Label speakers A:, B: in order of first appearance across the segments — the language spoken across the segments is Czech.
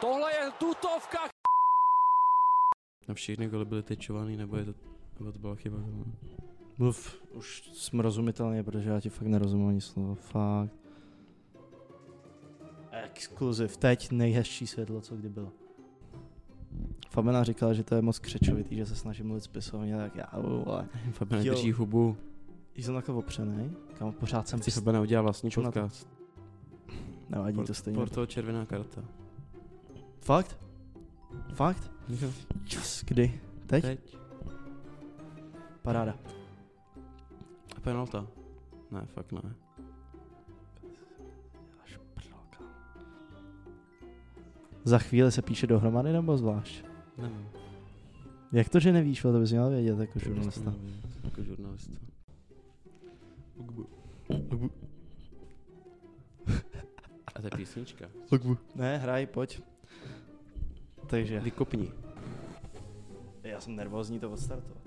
A: Tohle je tutovka,
B: No všechny goly byly tečovaný, nebo, je to, nebo to byla chyba? no. Mluv.
C: Už jsem rozumitelný, protože já ti fakt nerozumím ani slovo, fakt. Exkluziv, teď nejhezčí světlo, co kdy bylo. Fabena říkala, že to je moc křečovitý, že se snažím mluvit spisovně, tak já, vole.
B: Fabena
C: Jo.
B: drží hubu.
C: Jsem takhle opřenej, kam pořád jsem
B: Chci
C: pist-
B: Fabena udělá vlastní
C: Ona to-
B: podcast.
C: Nevadí to stejně.
B: Porto červená karta.
C: Fakt? Fakt? Yes, kdy? Teď?
B: Teď.
C: Paráda.
B: A penalta. Ne, fakt ne.
C: Za chvíli se píše dohromady nebo zvlášť?
B: Nevím.
C: Jak to, že nevíš, ale to bys měl vědět jako
B: Prostě
C: žurnalista.
B: nevím, Jako žurnalista. A to je písnička.
C: Ne, hraj, pojď. Takže.
B: Vykopni.
C: Já jsem nervózní to odstartovat.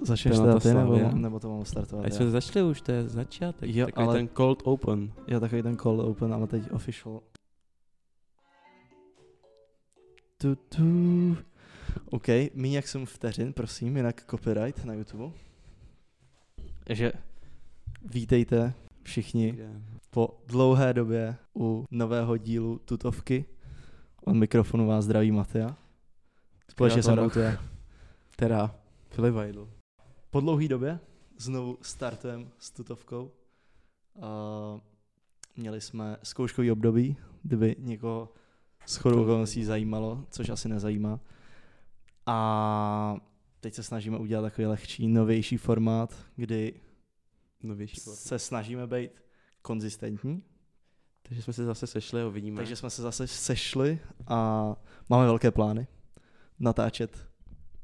C: Začneš
B: Penalta
C: teda ty, nebo,
B: Slavia.
C: nebo to mám
B: A
C: startovat já?
B: jsme začali už, to je začátek.
C: Jo,
B: Takový
C: ale-
B: ten cold open.
C: Já takový ten call open, ale teď official. Tu, tu. OK, míň jak jsem vteřin, prosím, jinak copyright na YouTube. Takže vítejte všichni po dlouhé době u nového dílu Tutovky. Od mikrofonu vás zdraví Matia. Společně se
B: Kreatora.
C: mnou tu je.
B: Teda, Filip Weidl.
C: Po dlouhé době znovu startujeme s tutovkou. Uh, měli jsme zkouškový období, kdyby někoho s chodou okolností zajímalo, což asi nezajímá. A teď se snažíme udělat takový lehčí, novější formát, kdy
B: Novější form.
C: se snažíme být konzistentní.
B: Takže jsme se zase sešli a uvidíme.
C: Takže jsme se zase sešli a máme velké plány natáčet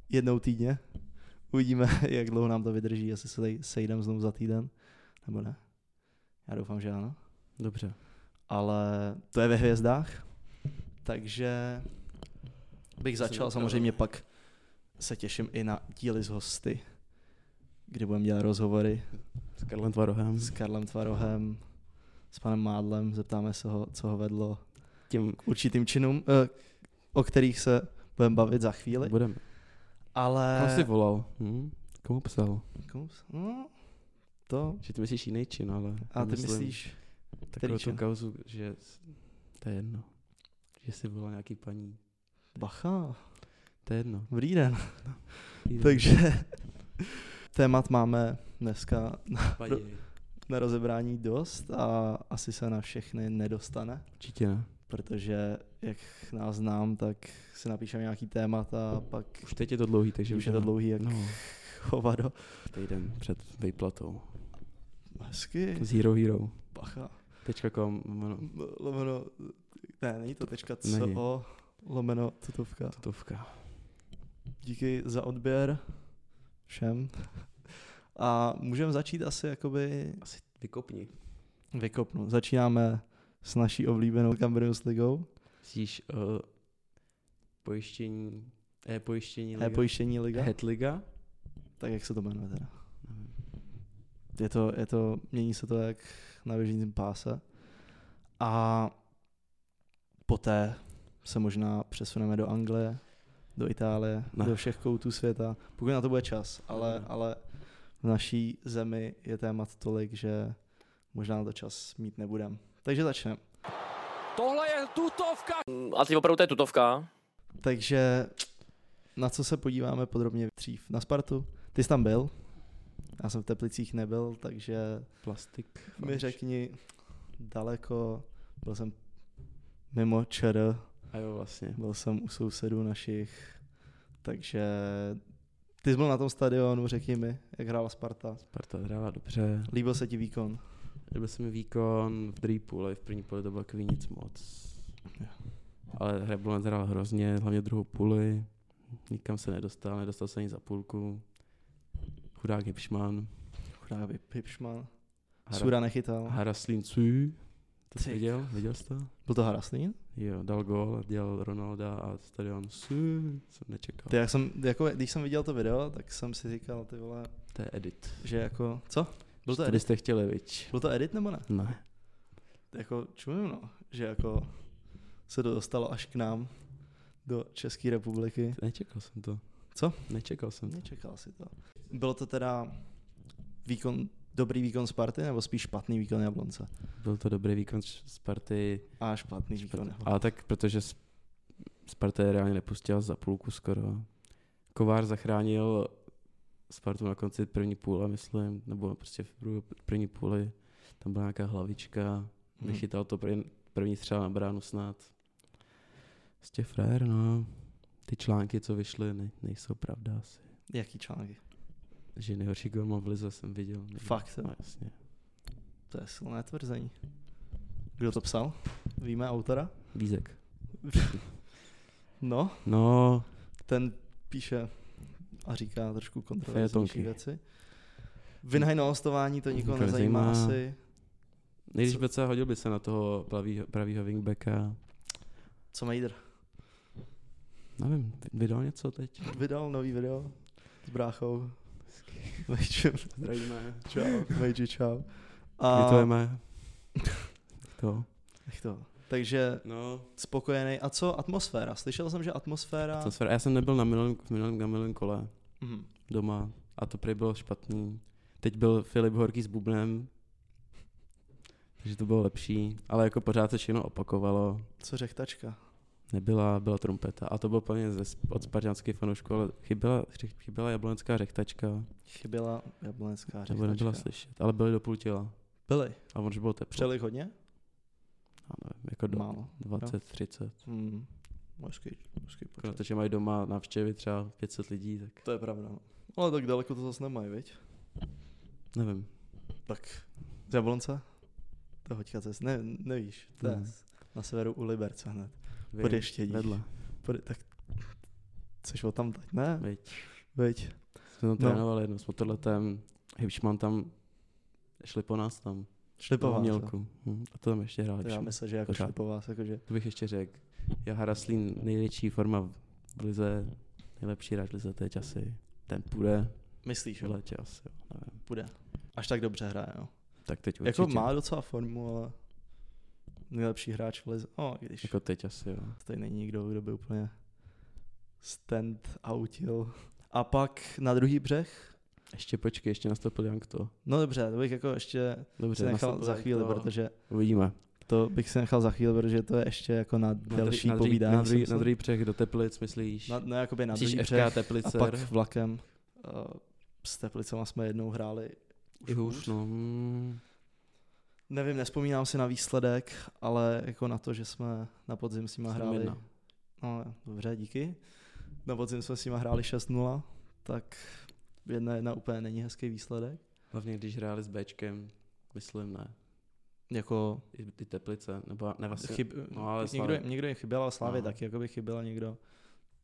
C: jednou týdně. Uvidíme, jak dlouho nám to vydrží, jestli se tady sejdeme znovu za týden, nebo ne. Já doufám, že ano.
B: Dobře.
C: Ale to je ve hvězdách, takže bych
B: To se
C: začal.
B: dotkalo.
C: Samozřejmě pak se těším i na díly s hosty, kdy budeme dělat rozhovory
B: S Karlem Tvarohem.
C: s Karlem Tvarohem, s panem Mádlem, zeptáme se ho, co ho vedlo
B: tím
C: určitým činům, eh, o kterých se budeme bavit za chvíli,
B: budeme.
C: ale...
B: Komu jsi volal? Hm? Komu psal?
C: Komu s- No, to...
B: Že ty myslíš jiný čin, ale...
C: A ty myslíš... který
B: takovou tu
C: čin?
B: kauzu, že... s- To je jedno. Že jsi volal nějaký paní.
C: Bacha,
B: To je jedno.
C: dobrý den.
B: Jde.
C: Takže témat máme dneska
B: Paní.
C: na rozebrání dost a asi se na všechny nedostane,
B: Určitě ne.
C: protože jak nás znám, tak si napíšeme nějaký témat a pak
B: Už teď je to dlouhý, takže
C: už je to
B: ne.
C: dlouhý jak
B: No,
C: hovado.
B: týden před vejplatou.
C: Hezky,
B: S Hero Hero.
C: bacha.
B: .com, no,
C: lomeno, ne, není to tečka, co
B: Není.
C: o lomeno tutovka.
B: tutovka.
C: Díky za odběr všem. A můžeme začít asi jakoby
B: Asi vykopni.
C: vykopnout. Začínáme s naší oblíbenou Cambridge ligou,
B: Myslíš uh, pojištění, e-pojištění Eh, liga?
C: e-pojištění liga,
B: Het liga?
C: tak jak se to jmenuje teda.
B: Nevím.
C: Je to, je to, mění se to jak na běžícím páse. A poté se možná přesuneme do Anglie, do Itálie,
B: Ne.
C: ne. do všech koutů světa, pokud na to bude čas, ale,
B: Ne.
C: ale v naší zemi je témat tolik, že možná na to čas mít nebudem. Takže začneme.
A: tohle je tutovka.
D: A teď Mm, opravdu to je tutovka.
C: Takže na co se podíváme podrobně dřív? Na Spartu? Ty jsi tam byl? Já jsem v Teplicích nebyl, takže
B: Plastik.
C: mi řekni daleko, byl jsem mimo ČR,
B: A jo, vlastně.
C: byl jsem u sousedů našich, takže ty jsi byl na tom stadionu, řekni mi, jak hrála Sparta.
B: Sparta hrála dobře.
C: Líbil se ti výkon?
B: Byl se mi výkon v druhé půli, v první půli to bylo takový nic moc. Ale Hrebulec hrál hrozně, hlavně druhou půli. Nikam se nedostal, nedostal se ani za půlku. Chudák Hipšman.
C: Chudá Pipšman. Sura nechytal.
B: Haraslín Cui. To jsi
C: Ty
B: viděl? Viděl jsi to?
C: Byl to Haraslín?
B: Jo, dal gól, dělal Ronalda a stadion Cui. Jsem nečekal.
C: Ty, jak jsem, jako, když jsem viděl to video, tak jsem si říkal, ty vole,
B: To je edit.
C: že jako, co? Byl to
B: Tady
C: edit?
B: jste chtěli, viď?
C: Byl to edit nebo ne?
B: Ne.
C: Jako čumím, no, že jako se to dostalo až k nám do České republiky.
B: Nečekal jsem to.
C: Co?
B: Nečekal jsem to.
C: Nečekal si to. Bylo to teda výkon, dobrý výkon Sparty, nebo spíš špatný výkon Jablonce?
B: Byl to dobrý výkon Š- Sparty,
C: A špatný výkon Jablonce.
B: ale tak protože S- Sparta je reálně nepustila za půlku skoro. Kovář zachránil Spartu na konci první půle, myslím, nebo prostě v prů- první půli. Tam byla nějaká hlavička,
C: Hmm.
B: Vychytal to prv, první střela na bránu snad. Prostě frajer, no. Ty články, co vyšly, ne, nejsou pravda asi.
C: Mm. Jaký články?
B: Že nejhorší golman v lize jsem viděl. Nevím.
C: Fakt, jo?
B: No, jasně.
C: To je silné tvrzení. Kdo to psal? Víme autora?
B: Vízek.
C: No,
B: No,
C: ten píše a říká trošku kontroverznější
B: Fejetonky.
C: věci. Vinhajno hostování to nikoho
B: Nikoho
C: nezajímá
B: nezajímá.
C: asi.
B: nejdřív
C: Co-
B: BC hodil by se na toho pravýho, pravýho wingbacka.
C: Co Mejdr?
B: Nevím, vydal něco teď?
C: Vydal nový video s bráchou. Vejčím.
B: Zdravíme.
C: Čau. Vejči, čau.
B: A...
C: A
B: Vytujeme. to.
C: jak to? Takže
B: No.
C: spokojený. A co atmosféra? Slyšel jsem, že atmosféra...
B: To sfer- Já jsem nebyl na minulém, v minulém, na minulém kole
C: Mhm.
B: doma a to prý bylo špatný. Teď byl Filip Horký s Bubnem, takže to bylo lepší, ale jako pořád se všechno opakovalo.
C: Co řekl tačka?
B: Nebyla, byla trumpeta a to bylo plně ze, od spartianských fanoušků, ale chyběla, řech- chyběla jablonecká řechtačka,
C: Chyběla jablonecká
B: nebo nebyla
C: řechtačka.
B: slyšet, ale byly do půl těla
C: Byli.
B: a on už bylo teplo.
C: Přeli hodně?
B: Já nevím, jako do
C: Málo.
B: 20, 30.
C: Hmm. Hezký, hezký počet.
B: Jako, Protože mají doma návštěvy třeba 500 lidí, tak
C: To je pravda. No. Ale tak daleko to zase nemají, viď?
B: nevím.
C: Tak z Jablonce? To hoďka cest. Ne, nevíš, to je
B: Ne.
C: na severu u Liberce hned.
B: Vím,
C: Podještědí.
B: Vedle,
C: Pode, tak chceš o tam dať, ne?
B: veď.
C: Veď.
B: Jsme tam trénovali jednou s motorletem, Hipšman tam, šli po nás tam.
C: Šlipová. Mělku.
B: Mělku. Hm, A to tam ještě hrál.
C: To já
B: Hipšman.
C: myslím, že jako
B: Pořád.
C: šlipová, jakože
B: To bych ještě řekl. Já Haraslín největší forma v- v lize, nejlepší hráč lize teď asi. Ten půjde
C: myslíš,
B: v
C: že
B: létě asi, jo, nevím.
C: bude. Až tak dobře hraje, jo.
B: Tak teď určitě.
C: Jako má docela formu, ale nejlepší hráč v lize. No, když jako...
B: Jako teď asi, jo.
C: tady není nikdo, kdo by úplně stand outil. A pak na druhý břeh,
B: Ještě počkej, ještě nastoupil Jankto.
C: no dobře, to bych jako ještě
B: Dobře,
C: si nechal
B: nastoupil
C: za chvíli,
B: Jankto.
C: protože
B: Uvidíme.
C: To bych si nechal za chvíli, protože to je ještě jako na delší
B: na, druhý,
C: povídání.
B: na, druhý,
C: si
B: na
C: myslím.
B: druhý přech do Teplic, myslíš?
C: na, no, jakoby na
B: myslíš
C: druhý
B: FK
C: břeh
B: Teplice?
C: a pak vlakem. Uh, s Teplicema jsme jednou hráli
B: I hůř, no. mm.
C: Nevím, nespomínám si na výsledek, ale jako na to, že jsme na podzim s nima hráli.
B: 7-1.
C: No, dobře, díky. Na podzim jsme s nima hráli 6-0, tak jedna jedna úplně není hezký výsledek.
B: Hlavně když hráli s Bčkem, myslím ne.
C: Jako
B: I ty Teplice, nebo ne vlastně.
C: chyb,
B: no, ale
C: někdo,
B: Slavě-
C: někdo jim chyběl, ale Slávě
B: No.
C: taky, jako by chyběl někdo,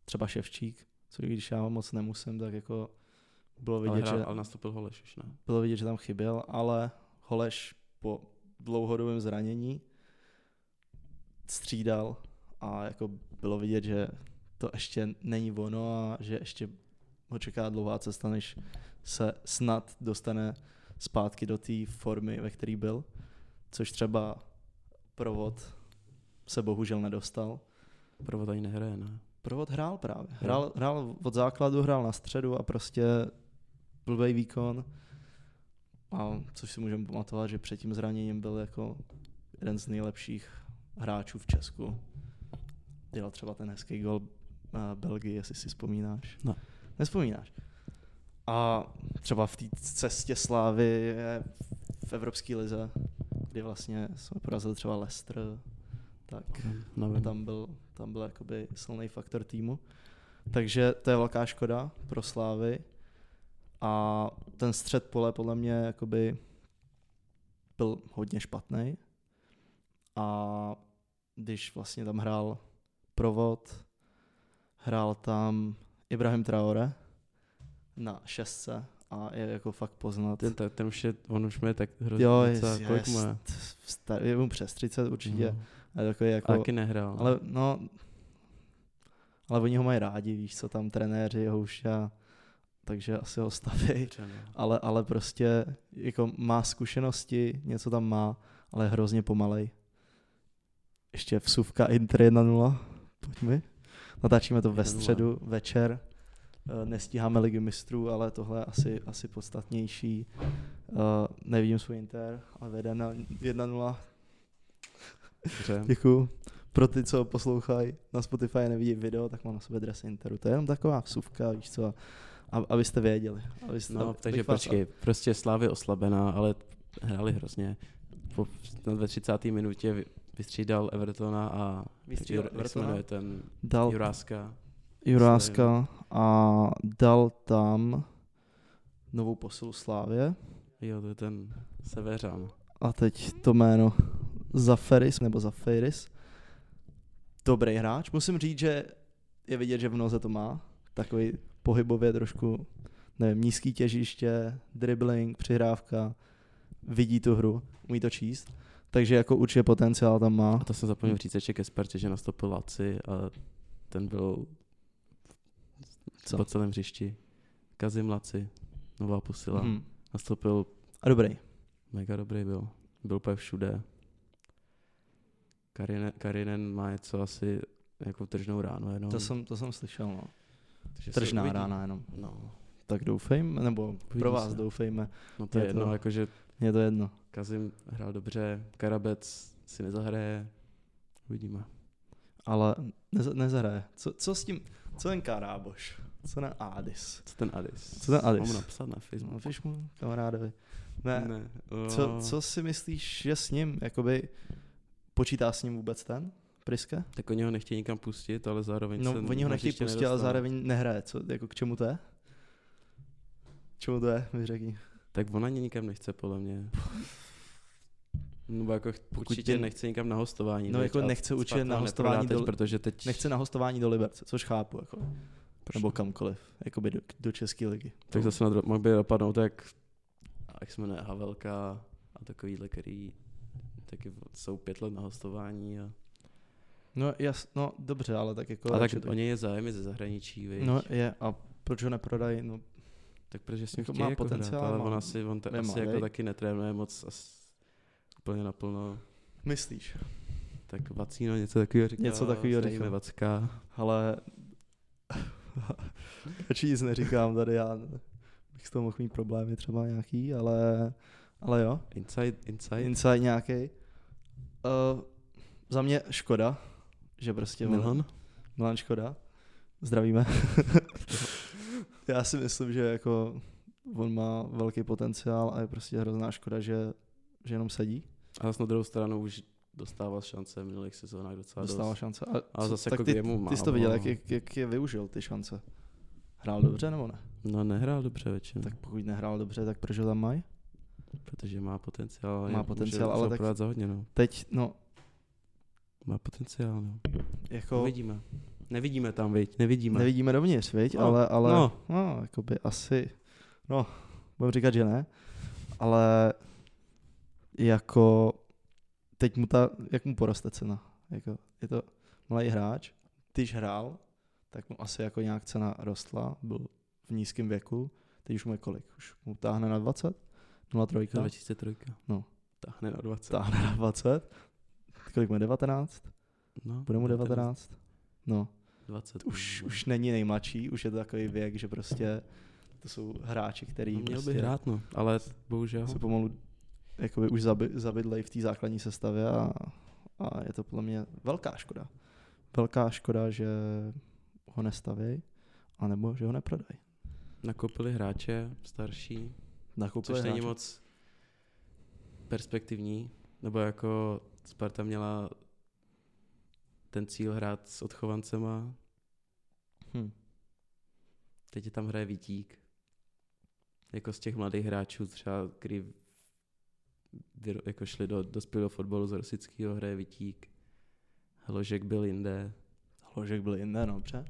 C: třeba Ševčík, což když já moc nemusím, tak jako bylo
B: ale,
C: vidět,
B: hrál,
C: že,
B: ale nastoupil Holeš už, ne?
C: bylo vidět, že tam chyběl, ale Holeš po dlouhodobém zranění střídal a jako bylo vidět, že to ještě není ono a že ještě ho čeká dlouhá cesta, než se snad dostane zpátky do té formy, ve které byl, což třeba provod se bohužel nedostal.
B: Prvot ani nehraje, ne?
C: Provod hrál právě. Hrál, hrál od základu, hrál na středu a prostě blbej výkon. A což si můžeme pamatovat, že před tím zraněním byl jako jeden z nejlepších hráčů v Česku. Dělal třeba ten hezký gol eh, Belgii, jestli si vzpomínáš.
B: Ne.
C: Nespomínáš. A třeba v té cestě slávy je v Evropské lize, kdy vlastně jsme porazili třeba Leicester, tak
B: Nevím.
C: a tam byl, tam byl jakoby silný faktor týmu. Takže to je velká škoda pro Slávy. A ten střed pole podle mě jakoby byl hodně špatný. A když vlastně tam hrál Provod, hrál tam Ibrahim Traore na šestce a je jako fakt poznat.
B: Ten, ta, ten už je, on už mě tak hrozně
C: jo,
B: docela-
C: jest,
B: kolik
C: jest,
B: mu je?
C: star- je mu přes 30 určitě.
B: No.
C: A je takový jako,
B: A taky nehrál.
C: ale no, ale oni ho mají rádi, víš co, tam trenéři ho už a takže asi ho staví.
B: Dobře, no.
C: Ale, ale prostě jako má zkušenosti, něco tam má, ale je hrozně pomalej. Ještě vsuvka Inter 1-0. Pojďme. Natáčíme to ve
B: 1:0.
C: středu večer. Eh, Nestíháme ligy mistrů, ale tohle je asi, asi podstatnější. Eh, Nevidím svůj Inter, ale vede na 1-0.
B: Dobře.
C: Děkuju. Pro ty, co poslouchají na Spotify a nevidí video, tak mám na sobě dres Interu. To je jenom taková vsuvka, víš co, a, a- abyste věděli. Abyste,
B: No,
C: abych
B: takže
C: vás-
B: počkej, prostě Slávy oslabená, ale hráli hrozně. Po, na 30. minutě vy- vystřídal Evertona a
C: Vystřídal
B: Jur- jak se
C: Evertona?
B: jmenuje ten
C: Dal
B: Juráska.
C: Juráska a dal tam novou posilu Slávě.
B: Jo, to je ten Severan.
C: A teď to jméno Zaferis nebo Zafiris. Dobrý hráč. Musím říct, že je vidět, že v noze to má. Takový pohybově trošku, nevím, nízký těžiště, dribbling, přihrávka. Vidí tu hru, umí to číst. Takže jako určitě potenciál tam má.
B: A to jsem zapomněl říct ještě ke Spartě, že nastoupil Laci a ten byl
C: Co?
B: Co? po celém hřišti. Kazim Laci, nová posila. Hmm.
C: Mhm.
B: Nastoupil,
C: A dobrý.
B: mega dobrý byl. Byl úplně všude. Karinen, Karinen má něco asi jako tržnou ránu jenom.
C: To jsem, to jsem slyšel, no.
B: Takže se
C: Tržná
B: uvidí.
C: rána jenom.
B: No,
C: Tak doufejme, nebo pro
B: Uvidí
C: vás
B: se.
C: doufejme.
B: no to je,
C: Je to-
B: jedno, jakože
C: Mně je to jedno.
B: Kazim hrál dobře, Karabec si nezahraje, uvidíme.
C: Ale nez, nezahraje. Co, co s tím, co ten Karáboš, co ten Adis?
B: Co ten Adis?
C: Co ten Adis?
B: Mám napsat na Facebooku.
C: Napiš mu kamarádovi. Ne, ne. Eh.
B: o,
C: Co, co si myslíš, že s ním, jakoby počítá s ním vůbec ten Priske?
B: Tak oni ho nechtějí nikam pustit, ale zároveň
C: No,
B: se
C: oni ho
B: na
C: nechtějí
B: hřiště
C: pustit, ale
B: nedostane.
C: zároveň nehraje. Co, jako k čemu to je? K Čemu to je, mi řekni.
B: Tak on ani nikam nechce, podle mě. Nebo jako ch-
C: Pokud
B: určitě
C: by-
B: nechce nikam na hostování.
C: No,
B: teď
C: jako
B: a
C: nechce určitě
B: Sparta
C: na
B: ho neprodá
C: hostování
B: teď,
C: do-
B: protože teď...
C: Nechce na hostování do Liberce, což chápu, jako.
B: Proč
C: Nebo
B: ne?
C: kamkoliv, jakoby do, do České ligy.
B: Tak zase na dru- mohl by dopadnout tak, jak se jmenuje Havelka a takovýhle, který taky jsou pět let na hostování.
C: Jako
B: A,
C: No, jas, no dobře, ale tak jako...
B: a tak
C: radši by-
B: o něj je zájem i ze zahraničí, viď?
C: No je, a proč ho neprodají? No,
B: tak protože s ním
C: jako
B: chtějí
C: má
B: jako
C: potenciál,
B: hrát, ale
C: má-
B: on asi, on te,
C: nemá,
B: asi jako
C: viď?
B: taky netrénuje moc asi úplně naplno.
C: myslíš?
B: Tak Vacíno něco takového říká.
C: Něco takovýho
B: zdravíme
C: říká.
B: Vacka.
C: Ale radši nic neříkám tady, já bych s toho mohl mít problémy třeba nějaký, ale, ale jo,
B: Inside, inside.
C: insight nějaký. Uh, za mě škoda, že prostě... on-
B: Milan?
C: Milan Škoda, zdravíme. Já si myslím, že jako on má velký potenciál a je prostě hrozná škoda, že, že jenom sedí,
B: A zase na druhou stranu už dostával šance v minulých sezónách docela
C: dostává
B: dost.
C: šance. A,
B: Ale
C: co-
B: zase
C: tak
B: jako
C: ty,
B: jemu
C: ty jsi to viděl, jak, jak, jak, je využil ty šance. Hrál dobře nebo ne?
B: No nehrál dobře většinou.
C: Tak pokud nehrál dobře, tak proč ho tam mají?
B: Protože má potenciál. ale
C: Má
B: může
C: potenciál, ale tak-
B: zaoperovat za hodně, no.
C: Teď, no,
B: Má potenciál, no.
C: jako
B: To... Uvidíme. Nevidíme tam, viď? Nevidíme.
C: nevidíme dovnitř, viď?
B: No,
C: ale, ale,
B: no.
C: no, jakoby asi, no, budem říkat, že ne, ale jako teď mu ta, jak mu poroste cena, jako je to mladý hráč, když hrál, tak mu asi jako nějak cena rostla, byl v nízkém věku, teď už mu je kolik, už mu táhne na 20, 0,3,
B: 2003.
C: No.
B: Táhne na 20.
C: táhne na 20, kolik mu je, 19,
B: No,
C: bude mu 19, no,
B: 20.
C: už, už není nejmladší, už je to takový věk, že prostě to jsou hráči, který
B: no, měl
C: prostě
B: by hrát, no. Ale bohužel.
C: se pomalu jakoby už zaby, zabydlej v té základní sestavě a, a, je to podle mě velká škoda. Velká škoda, že ho nestavějí, anebo že ho neprodají.
B: Nakoupili hráče starší,
C: Nakoupili
B: což není
C: hráče.
B: moc perspektivní. Nebo jako Sparta měla ten cíl hrát s odchovancema.
C: Hm.
B: Teď je tam hraje Vítík. Jako z těch mladých hráčů třeba, který vyro- jako šli do dospělého fotbalu z rosického, hraje Vítík. Hložek byl jinde.
C: Hložek byl jinde, no, pře?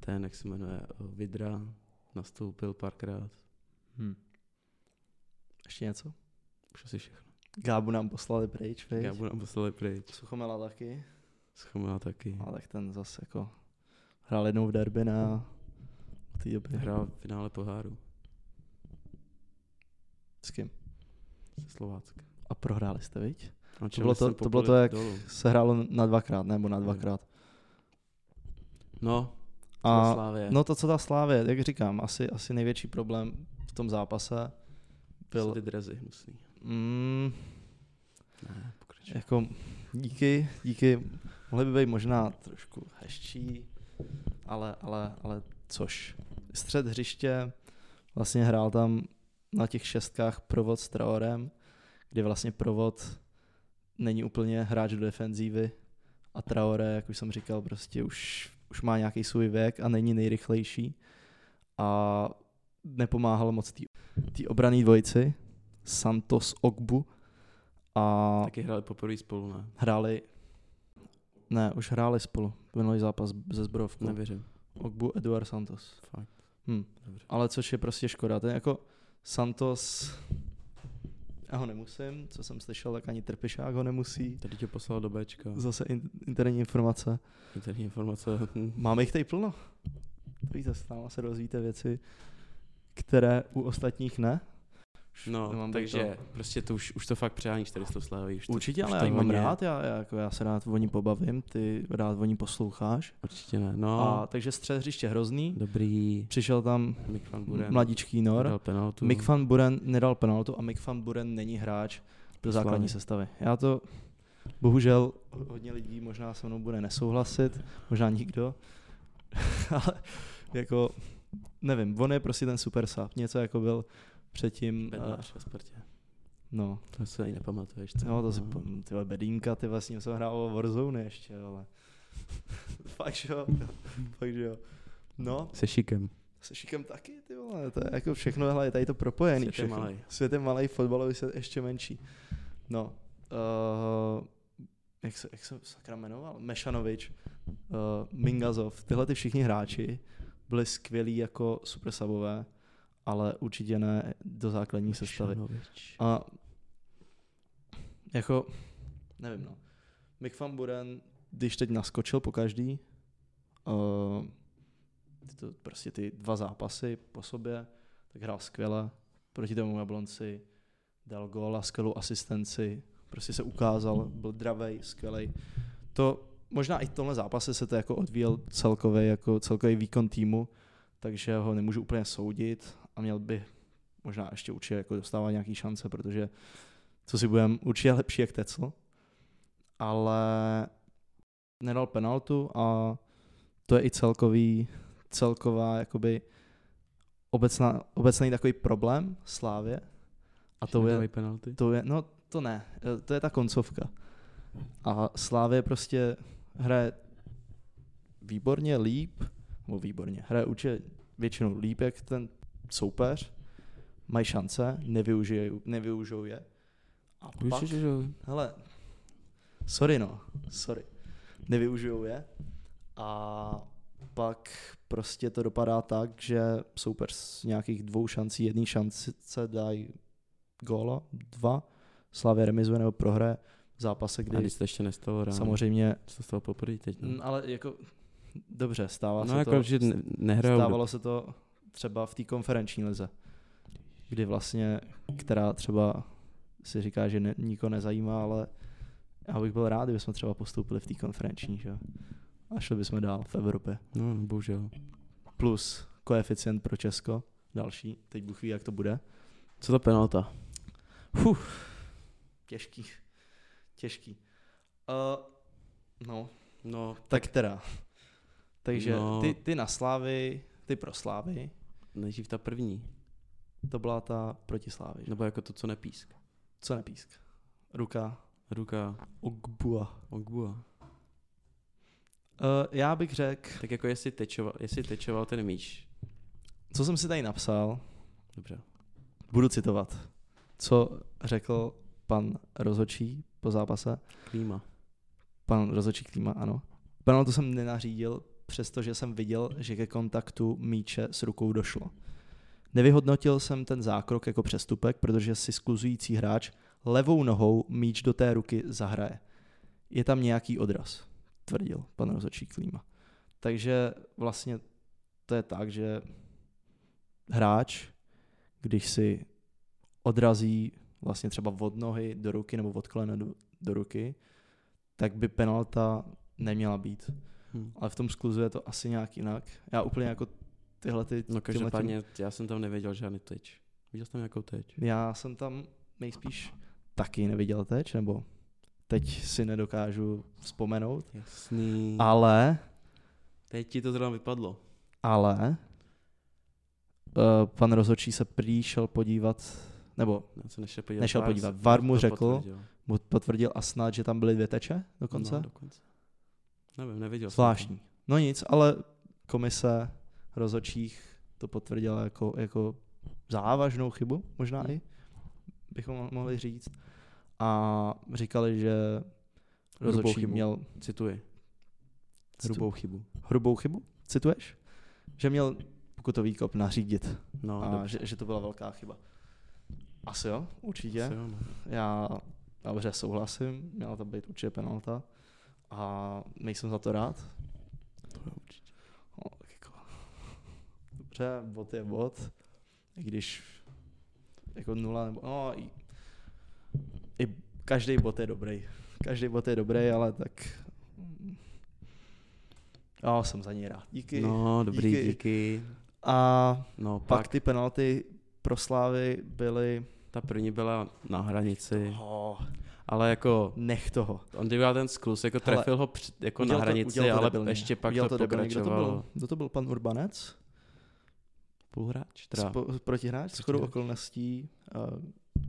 B: Ten, jak se jmenuje, o, Vidra, nastoupil párkrát.
C: Hm. Ještě něco?
B: Už asi všechno.
C: Gábu nám poslali pryč, pryč.
B: Já budu nám poslali pryč.
C: Suchomela taky.
B: Schomila taky.
C: A tak ten zase jako hrál jednou v derby na od té doby.
B: Hrál v finále poháru
C: S kým?
B: se Slováckem.
C: A prohráli jste, viď?
B: No,
C: bylo to-
B: jsem
C: to bylo
B: poplil
C: to, jak-
B: dolů. Hmm.
C: Se hrálo na dvakrát, nebo na dvakrát.
B: No,
C: A
B: Slávě.
C: no to, co ta Slávě, jak říkám, asi, asi největší problém v tom zápase byl,
B: Ty drezy hnusný.
C: mm,
B: Ne, pokračuj.
C: jako díky, díky, mohly by být možná trošku hezčí, ale, ale, ale což. Střed hřiště, vlastně hrál tam na těch šestkách provod s Traorem, kdy vlastně provod není úplně hráč do defenzívy a Traore, jak už jsem říkal, prostě už, už má nějaký svůj věk a není nejrychlejší a nepomáhal moc té obraný dvojici Santos Ogbu a
B: Taky hráli poprvé spolu, ne?
C: hráli, ne, už hráli spolu, minulý zápas ze Zbrojovkou.
B: Nevěřím.
C: Ogbu Eduard Santos.
B: Fakt.
C: Hm.
B: Dobře.
C: Ale což je prostě škoda, ten jako Santos, já ho nemusím, co jsem slyšel, tak ani Trpišák ho nemusí.
B: Tady tě poslal do Bčka.
C: Zase in, interní informace.
B: Interní informace.
C: Máme jich tady plno. Víte, stále se dozvíte věci, které u ostatních ne. Už
B: No,
C: nemám
B: takže
C: to.
B: prostě to už, už to fakt přeháníš tady s tou sláví. Už to,
C: Určitě,
B: už
C: ale
B: to
C: já ji mám
B: není.
C: rád, já, já, jako já se rád o ní pobavím, ty rád o ní posloucháš.
B: Určitě ne. No,
C: A, takže střed hřiště hrozný.
B: dobrý.
C: Přišel tam
B: Mick van Buren.
C: mladíčký
B: dal
C: Nor.
B: penaltu.
C: Mick van Buren nedal penaltu a Mick van Buren není hráč do základní
B: Slávy.
C: sestavy. Já to, bohužel, hodně lidí možná se mnou bude nesouhlasit, možná nikdo, ale jako, nevím, on je prostě ten super sáp, něco jako byl předtím, eh,
B: Bednář ve Spartě.
C: no,
B: To se ani nepamatuješ. co?
C: No, to si, pam- ty vole, bedínka, ty vlastně jsem hrál o Warzone ještě, ale. Fakt, že jo, fakt, že jo. No,
B: Se šikem.
C: se šikem taky, ty vole, to je jako všechno, hele, je tady to propojený.
B: Svět je
C: všechno.
B: malej.
C: Svět je malej, fotbalový svět ještě menší. No, uh, jak, se, jak se sakra jmenoval? Mešanovič, uh, Mingazov, tyhle ty všichni hráči byli skvělí jako super sabové, ale určitě ne do základní sestavy.
B: Šanovič.
C: A jako, nevím no. Mick van Buren, když teď naskočil po každý, uh, to, prostě ty dva zápasy po sobě, tak hrál skvěle. Proti tomu Jablonci dal góla, skvělou asistenci, prostě se ukázal, byl dravej, skvělej. To možná i v tomhle zápase se to jako odvíjel celkový, jako celkový výkon týmu, takže ho nemůžu úplně soudit a měl by možná ještě určitě jako dostává nějaký šance, protože co si budem, určitě je lepší jak Tecl, ale nedal penaltu a to je i celkový, celková jakoby obecná, obecný takový problém Slávě a to je,
B: Nedávej penalty.
C: to je, no to ne, eh, to je ta koncovka. A Slávě prostě hraje výborně líp, nebo výborně, hraje určitě většinou líp, jak ten soupeř, mají šance, nevyužijou, nevyužijou je. A pak,
B: Určitě, že jo.
C: hele, sorry no, sorry, nevyužijou je a pak prostě to dopadá tak, že soupeř z nějakých dvou šancí, jedné šance dají góla, dva, Slavě remizuje nebo prohraje v zápase,
B: A
C: kdy
B: když se to ještě nestalo ráno.
C: samozřejmě,
B: Co stalo poprvé teď?
C: mm,
B: No,
C: ale jako, dobře, stává
B: no
C: se
B: jako,
C: to,
B: že ne- nehrajou
C: Stávalo se to třeba v té konferenční lize, kdy vlastně, která třeba si říká, že ne, nikoho nezajímá, ale já bych byl rád, kdybychom třeba postoupili v té konferenční, že? jo. A šli bychom dál v Evropě.
B: No, no, bohužel.
C: Plus koeficient pro Česko, další, teď Bůh ví, jak to bude.
B: Co ta penalta?
C: Těžký, těžký. Uh, no,
B: No,
C: tak teda. Takže
B: No.
C: ty, ty na Slávy, ty pro Slávy,
B: nejdřív ta první.
C: to byla ta proti Slávy, že?
B: Nebo jako to, co nepísk.
C: Co nepísk? Ruka
B: Ruka
C: Ogbua.
B: Ogbua.
C: Uh, já bych řekl,
B: Tak jako jestli tečoval, jestli tečoval ten míč.
C: co jsem si tady napsal,
B: Dobře.
C: budu citovat, co řekl pan rozhodčí po zápase.
B: Klíma.
C: Pan rozhodčí Klíma, ano. Penaltu jsem nenařídil, přestože jsem viděl, že ke kontaktu míče s rukou došlo. Nevyhodnotil jsem ten zákrok jako přestupek, protože si skluzující hráč levou nohou míč do té ruky zahraje. Je tam nějaký odraz, tvrdil pan rozhodčí Klíma. Takže vlastně to je tak, že hráč, když si odrazí vlastně třeba od nohy do ruky nebo od kolena do, do ruky, tak by penalta neměla být.
B: Hm.
C: Ale v tom skluzu je to asi nějak jinak. Já úplně jako tyhle ty...
B: No
C: tyhle ty-
B: každopádně já jsem tam nevěděl žádný tyč. Viděl jsem tam nějakou tyč?
C: Já jsem tam nejspíš taky neviděl teď, nebo teď si nedokážu vzpomenout.
B: Jasný. A
C: Ale,
B: teď ti to zrovna vypadlo.
C: ale, eh, pan rozhodčí se prý šel podívat, nebo
B: Já jsem nešel podívat.
C: Nešel
B: VAR,
C: podívat.
B: se-
C: VAR mu
B: to No,
C: řekl
B: potvrdil.
C: mu potvrdil a snad, že tam byly dvě teče dokonce.
B: No, dokonce. Nevím, neviděl jsem
C: Zvláštní. No nic, ale komise rozhodčích to potvrdila jako, jako závažnou chybu, možná
B: Hmm.
C: i, bychom mo- mohli říct. A říkali, že
B: to. Hrubou
C: rozhodčí
B: chybu.
C: měl
B: Cituji.
C: Citu-
B: Hrubou chybu.
C: hrubou chybu, cituješ? Že měl pokutový kop nařídit
B: No,
C: a
B: dobře.
C: že, že to byla velká chyba. Asi jo, určitě.
B: Asi jo, no.
C: Já dobře souhlasím, měla to být určitě penalta a nejsem za to rád. To je určitě. No, tak jako. Dobře, bod je bod, i když jako nula nebo no, i, i každý bod je dobrý. Každý bod je dobrý, ale tak mm, já jsem za něj rád. Díky.
B: No, dobrý,
C: díky.
B: díky.
C: A
B: No,
C: pak,
B: pak,
C: ty penalty pro Slávy byly
B: ta první byla na hranici,
C: oh,
B: ale jako
C: nech toho.
B: on dělal ten sklus, jako
C: Hele,
B: trefil ho před, jako na
C: Udělal
B: hranici,
C: udělal
B: ale
C: debilně.
B: ještě pak
C: Udělal
B: to,
C: debilně.
B: pokračovalo.
C: Kdo to byl? Kdo to byl pan Urbanec?
B: Půlhráč, teda.
C: Spo, protihráč? S chodou
B: Protihráč.
C: okolností uh,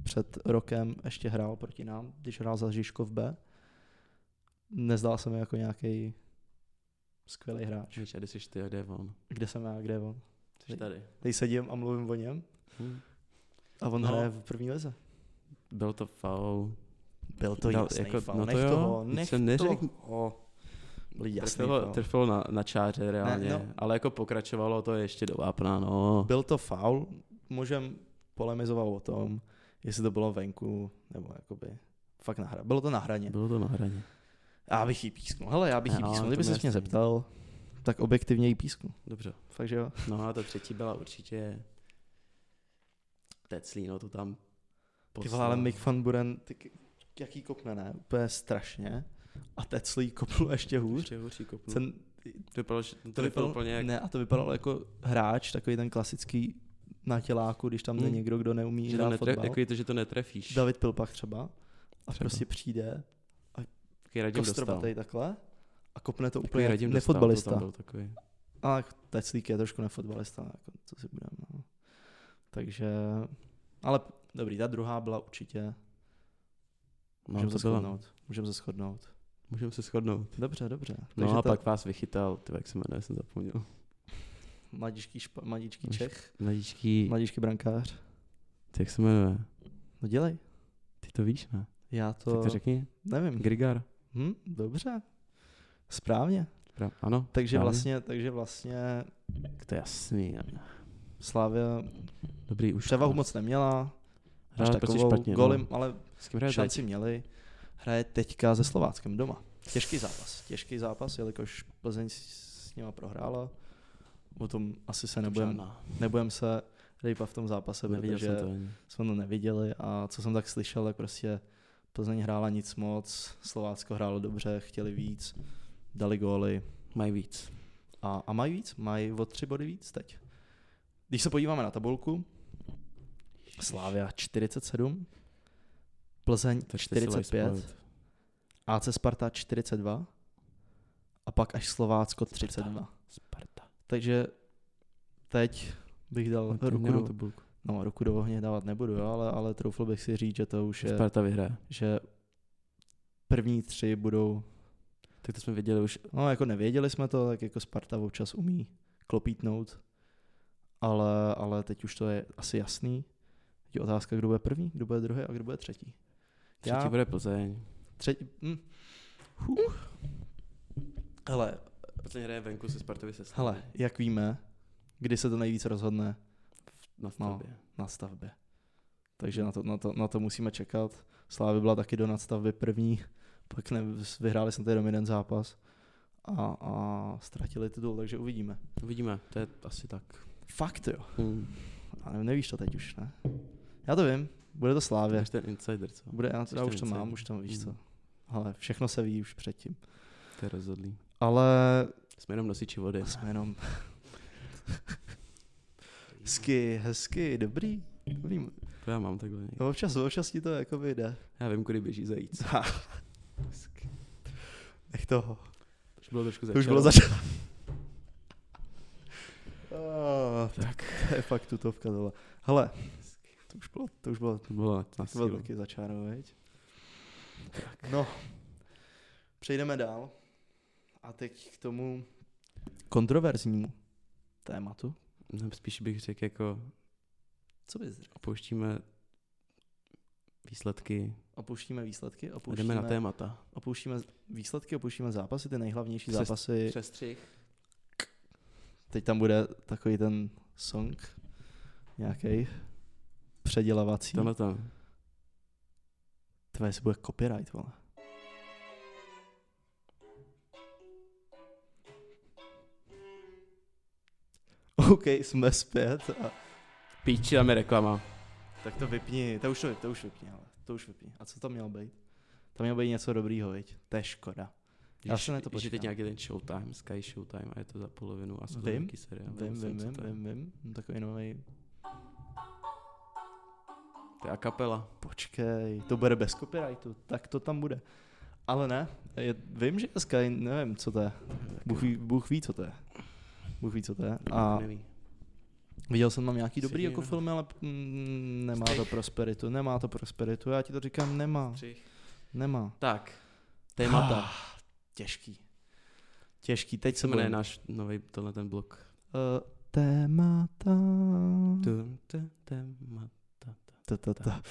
C: před rokem ještě hrál proti nám, když hrál za Žižkov B. Nezdál se mi jako nějaký skvělý hráč.
B: Víš, a kde jsi ty, a kde je on?
C: Kde jsem já, kde je on?
B: Jsi tady.
C: Tady sedím a mluvím o něm
B: Hm.
C: a on
B: No.
C: hraje v první lize.
B: Byl to faul.
C: Byl to
B: Dal-
C: jasný
B: jako-
C: foul.
B: no to
C: nech
B: jo,
C: toho,
B: nic
C: nech
B: jsem neřekl.
C: toho. Byl jasný
B: Trfilo,
C: foul.
B: trfilo na, na čáře reálně,
C: Ne, no.
B: ale jako pokračovalo to ještě do vápna, no.
C: Byl to faul, můžem polemizovat o tom, jestli to bylo venku, nebo jakoby fakt na hra. Bylo to na hraně.
B: Bylo to na hraně.
C: Já bych jí písknul. Hele, já bych jí
B: No,
C: písknul.
B: to
C: Kdyby
B: bude
C: se mě
B: stejný.
C: zeptal, tak objektivně jí písknu.
B: Dobře.
C: Fakt, že jo?
B: No a ta třetí byla určitě Teclí, no to tam
C: Ty vole, ale Mick Van Buren, ty, k- jaký kopne, ne? Úplně strašně. A Teclí kopnul ještě hůř.
B: Ještě hoří kopnul.
C: Ten,
B: To vypadalo, že- to vypadalo úplně jak...
C: Ne, a to vypadalo jako hráč, takový ten klasický na těláku, když tam je
B: Hmm.
C: někdo, kdo neumí
B: Že to
C: hrát
B: netre,
C: fotbal.
B: jako to, že to netrefíš.
C: David Pilpach třeba. A
B: Třeba.
C: prostě přijde
B: Takový Radim dostal.
C: kostrobatej takhle a kopne to
B: Takový
C: úplně
B: Radim
C: Radim
B: dostal, to tam
C: nefotbalista.
B: byl takový.
C: Ale jako Teclík je trošku nefotbalista, jako co si budeme. No. Takže, ale p- dobrý, ta druhá byla určitě,
B: No,
C: můžeme se
B: to bylo.
C: shodnout. Můžeme se shodnout.
B: Můžeme se shodnout.
C: Dobře, dobře.
B: No a
C: ta
B: pak vás vychytal, ty jak se jmenuje, jsem zapomněl.
C: Mladičký, špa, mladičký
B: Už-
C: Čech,
B: Mladíčký,
C: mladičký brankář.
B: jak se jmenuje?
C: No dělej.
B: Ty to víš, ne?
C: Já
B: To... Tak
C: to
B: to řekni.
C: nevím.
B: Grigar.
C: Hm, dobře. Správně.
B: Pra- Ano.
C: Takže
B: právě.
C: vlastně, takže vlastně
B: To je jasný.
C: Slávia
B: Dobrý, už.
C: převahu moc neměla, až
B: Hrála prostě
C: takovou,
B: špatně.
C: golem,
B: No.
C: ale
B: S kým hraje teď?
C: šanci měli. Hraje teďka se Slováckem doma. Těžký zápas, těžký zápas, jelikož Plzeň s- s nima prohrála. O tom asi se nebudem,
B: Žádná.
C: nebudem se rejpa v tom zápase,
B: Neviděl
C: protože
B: jsem to ani.
C: jsme to neviděli a co jsem tak slyšel, tak prostě Plzeň hrála nic moc, Slovácko hrálo dobře, chtěli víc, dali góly
B: Mají víc.
C: a, a mají víc, mají o tři body víc teď. Když se podíváme na tabulku, Slávia 47, Plzeň
B: Tak jste si lehli
C: 45,
B: spavit.
C: AC Sparta 42 a pak až Slovácko
B: Sparta.
C: 32.
B: Sparta.
C: Takže teď bych dal
B: Teď
C: ruku
B: nemám
C: do,
B: tabulku.
C: no, ruku do ohně dávat nebudu, jo, ale, ale troufl bych si říct, že to už je,
B: Sparta vyhraje.
C: že první tři budou,
B: Tak to jsme viděli už
C: no jako nevěděli jsme to, tak jako Sparta občas umí klopítnout, ale, ale teď už to je asi jasný. Teď je otázka, kdo bude první, kdo bude druhý a kdo bude třetí.
B: Třetí
C: Já-
B: bude Plzeň.
C: Třetí, hm. Huh. Hele,
B: Plzeň hraje venku se Spartovi se
C: Hele, jak víme, kdy se to nejvíc rozhodne
B: na
C: stavbě. na stavbě. Takže na to, na to, na to musíme čekat. Slávy byla taky do nadstavby první, pak ne, vyhráli jsme tady jenom jeden zápas a, a ztratili titul, takže uvidíme.
B: Uvidíme, to je asi tak.
C: Fakt jo,
B: Hmm.
C: a ne, nevíš to teď už, ne? Já to vím, bude to Slávě.
B: Máš ten insider, co?
C: Bude, já, já
B: to
C: už to
B: insider.
C: mám, už to víš co.
B: Mm.
C: ale všechno se ví už předtím.
B: To je rozhodlý.
C: Ale
B: Jsme jenom nosiči vody.
C: jsme jenom... hezky, hezky, dobrý. dobrý.
B: To já mám takhle. někde.
C: No, občas, občas ti to jakoby jde.
B: Já vím, kudy běží zajíc.
C: Ha. Nech toho.
B: To už bylo trošku
C: To už bylo začalo. Ah, tak. To je fakt tutovka tohle. Hele, to už bylo, to už bylo,
B: To bylo na
C: to bylo
B: sílu.
C: taky začáno, veď? No, přejdeme dál. A teď k tomu kontroverznímu tématu.
B: No, Spíš bych řekl jako
C: Co bys řekl?
B: opouštíme výsledky
C: Opouštíme
B: a
C: výsledky,
B: jdeme na
C: opouštíme,
B: témata.
C: opouštíme z- výsledky, opouštíme zápasy, ty nejhlavnější
B: Přes-
C: zápasy.
B: Přestřih.
C: Teď tam bude takový ten song nějaký předělavací.
B: Tenhle tam.
C: Tvé, jestli bude copyright, vole. OK, jsme zpět. A...
B: Píči, tam je reklama.
C: Tak to vypni, to už to, to už vypni, ale to už vypni. A co tam mělo být? Tam mělo být něco dobrýho, viď? To je škoda. Já se na to
B: Když je teď
C: počkám.
B: nějaký ten Showtime, Sky Showtime a je to za polovinu a jsou to
C: Vím,
B: nějaký seriál.
C: Vím,
B: Nevím,
C: vím,
B: co
C: vím,
B: to je.
C: vím, vím. No, Takový nový.
B: To je a kapela.
C: Počkej, to bude bez copyrightu, tak to tam bude. Ale ne, je, vím, že Sky, nevím, co to je. Bůh ví, Bůh ví, co to je. Bůh ví, co to je. A
B: Neví.
C: Viděl jsem tam nějaký
B: Jsi
C: dobrý jako
B: jiný, no.
C: filmy, ale mm, nemá to prosperitu, nemá to prosperitu, já ti to říkám, nemá, nemá.
B: Tak, témata.
C: Těžký. Těžký, teď
B: Co
C: se
B: jmenuje
C: bojím.
B: náš nový tenhle ten blok?
C: Eh, témata. Hm.
B: Tum, tum, téma, ta, ta.
C: Ta, ta, ta.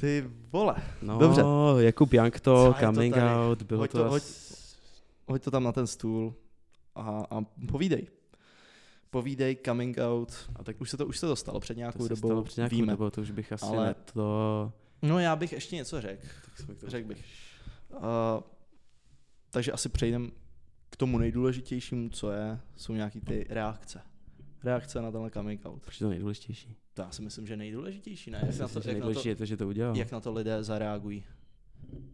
C: Ty vole,
B: No,
C: Dobře.
B: Jakub
C: Co je
B: Jankto,
C: to
B: coming
C: tady?
B: out, bylo
C: Hoď
B: to,
C: to,
B: to
C: hoď.
B: as...
C: hoď to tam na ten stůl a, a povídej. Povídej coming out.
B: A tak
C: Už se to, už se to stalo před nějakou
B: to se
C: dobou,
B: stalo před nějakou
C: víme.
B: dobou, to už bych asi
C: Ale-
B: Ale... ne to...
C: No já bych ještě něco řekl.
B: Tak jsme k tomu-
C: Řekl bych. Uh, takže asi přejdeme k tomu nejdůležitějšímu, co je, jsou nějaký ty reakce. Reakce na tenhle coming out.
B: Proč je to nejdůležitější?
C: To já si myslím, že nejdůležitější, ne?
B: Já
C: Jak
B: si
C: na, to,
B: myslím, že
C: jak, na to,
B: nejdůležitější no. je to, že to udělal.
C: jak na to lidé zareagují.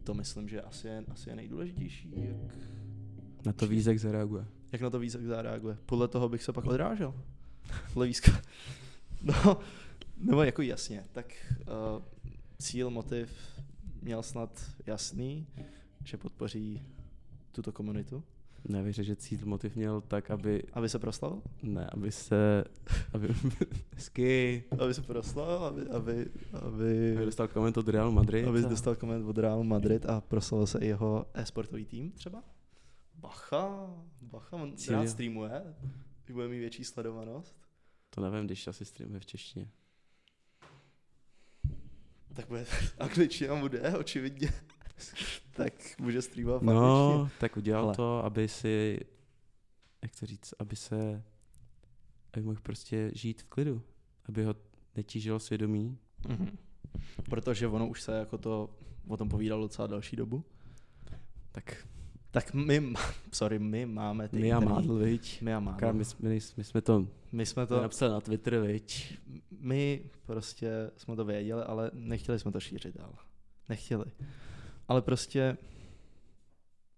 C: To myslím, že asi je, asi je nejdůležitější, jak,
B: Na to vízek zareaguje.
C: jak na to Vízek zareaguje. Podle toho bych se pak odrážel. Podle Vízka. No, nebo jako jasně, tak uh, cíl, motiv měl snad jasný, že podpoří tuto komunitu.
B: Nevěřím, že cíl motiv měl tak, aby...
C: Aby se proslavil?
B: Ne, aby se... Aby... Hezky.
C: Aby se proslavil, aby, aby, aby,
B: Aby dostal koment od Real Madrid.
C: aby
B: a-
C: dostal koment od Realu Madrid a proslavil se i jeho e-sportový tým třeba? Bacha, bacha, on
B: Cíl,
C: rád
B: jo.
C: streamuje, když bude mít větší sledovanost,
B: To nevím, když asi streamuje v češtině.
C: tak bude, angličtina mu jde, očividně, tak může streamovat v angličtině.
B: No, tak udělal
C: Ale-
B: Ale. to, aby si, jak to říct, aby se, aby mohl prostě žít v klidu. Aby ho netížilo svědomí.
C: Mhm. Protože ono už se jako to o tom povídalo docela další dobu.
B: Tak
C: Tak my, má- sorry, my máme ty
B: my a
C: interní-
B: Mádl, viď?
C: My a
B: Ká,
C: Mádl.
B: my, jsme- my, nejsme- my, jsme to,
C: My jsme
B: to
C: to
B: napsali na Twitter, viď?
C: my prostě jsme to věděli, ale nechtěli jsme to šířit dál. Nechtěli. Ale prostě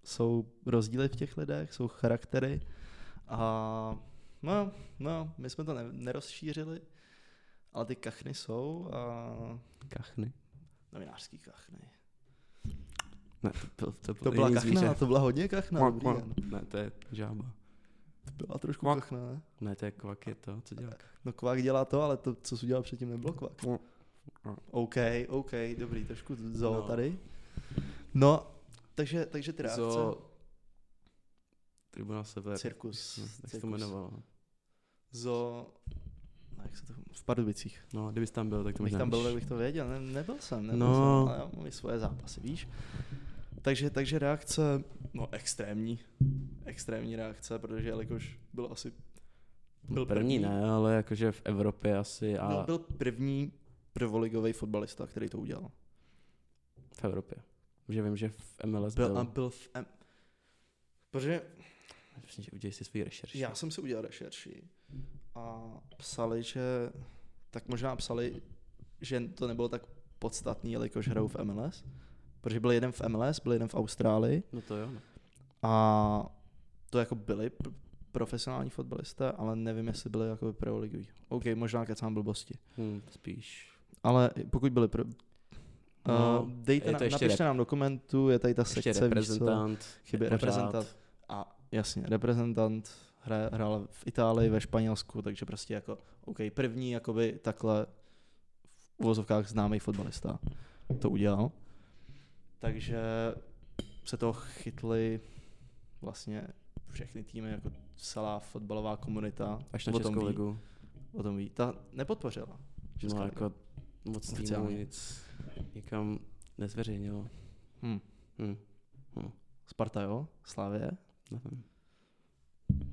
C: jsou rozdíly v těch lidech, jsou charaktery a no, no, my jsme to ne- nerozšířili, ale ty kachny jsou a
B: Kachny.
C: novinářský kachny.
B: Ne, to, byl, to, byl
C: To byla
B: jiný
C: kachna,
B: zvíře.
C: to byla hodně kachna,
B: Kvak,
C: dobrý
B: kvak.
C: den.
B: Ne, to je žába.
C: To byla trošku
B: Kvak.
C: kachna, ne?
B: Ne, to je kvak je to, co dělá.
C: No kvák dělá to, ale to, co jsi udělal předtím, nebylo kvák.
B: No.
C: OK, OK, dobrý, trošku zoo
B: No.
C: tady. No, takže, takže ty reakce.
B: Zo... Tribunal Sever.
C: Cirkus,
B: No, Jak se to
C: cirkus.
B: jmenovalo.
C: Zo... No, jak se to... V Pardubicích.
B: No, kdybys tam byl, tak to
C: Bych
B: možná
C: tam byl,
B: víš.
C: tak bych to věděl. Ne, nebyl jsem, nebyl
B: No.
C: jsem, ale já mám i svoje zápasy, víš? Takže, takže reakce, no extrémní, extrémní reakce, protože jelikož byl asi,
B: Byl No, první, ne, ale jakože v Evropě asi a
C: byl, no, byl první prvoligový fotbalista, který to udělal.
B: v Evropě. Že vím, že v MLS byl.
C: Byl, a
B: byl.
C: byl v M... Protože
B: Myslím, že udělej si svůj rešerši.
C: Já jsem si udělal rešerši a psali, že tak možná psali, že to nebylo tak podstatný, jelikož hrajou v MLS, Protože byl jeden v MLS, byl jeden v Austrálii
B: No to jo. no.
C: a to jako byli p- profesionální fotbalisté, ale nevím, jestli byli jako preoligují. OK, možná kecám blbosti.
B: Hm, spíš.
C: Ale pokud byli pro...
B: No,
C: No, dejte
B: je
C: na,
B: to ještě
C: napište nám do komentu, je tady ta
B: Ještě
C: sekce, víš co,
B: reprezentant.
C: chyby
B: pořád.
C: reprezentant. A jasně, reprezentant hra- hrál v Itálii, ve Španělsku, takže prostě jako, OK, první jakoby takhle v uvozovkách známý fotbalista to udělal. Takže se toho chytli vlastně všechny týmy, jako celá fotbalová komunita.
B: Až na
C: o tom
B: Českou
C: ví,
B: ligu.
C: O tom ví. Ta nepodpořila. Česká
B: No
C: liga.
B: jako moc týmů
C: Oficiálně.
B: nic nikam nezveřejnilo.
C: Hm.
B: Hm.
C: Sparta, jo? Slavě?
B: Nevím.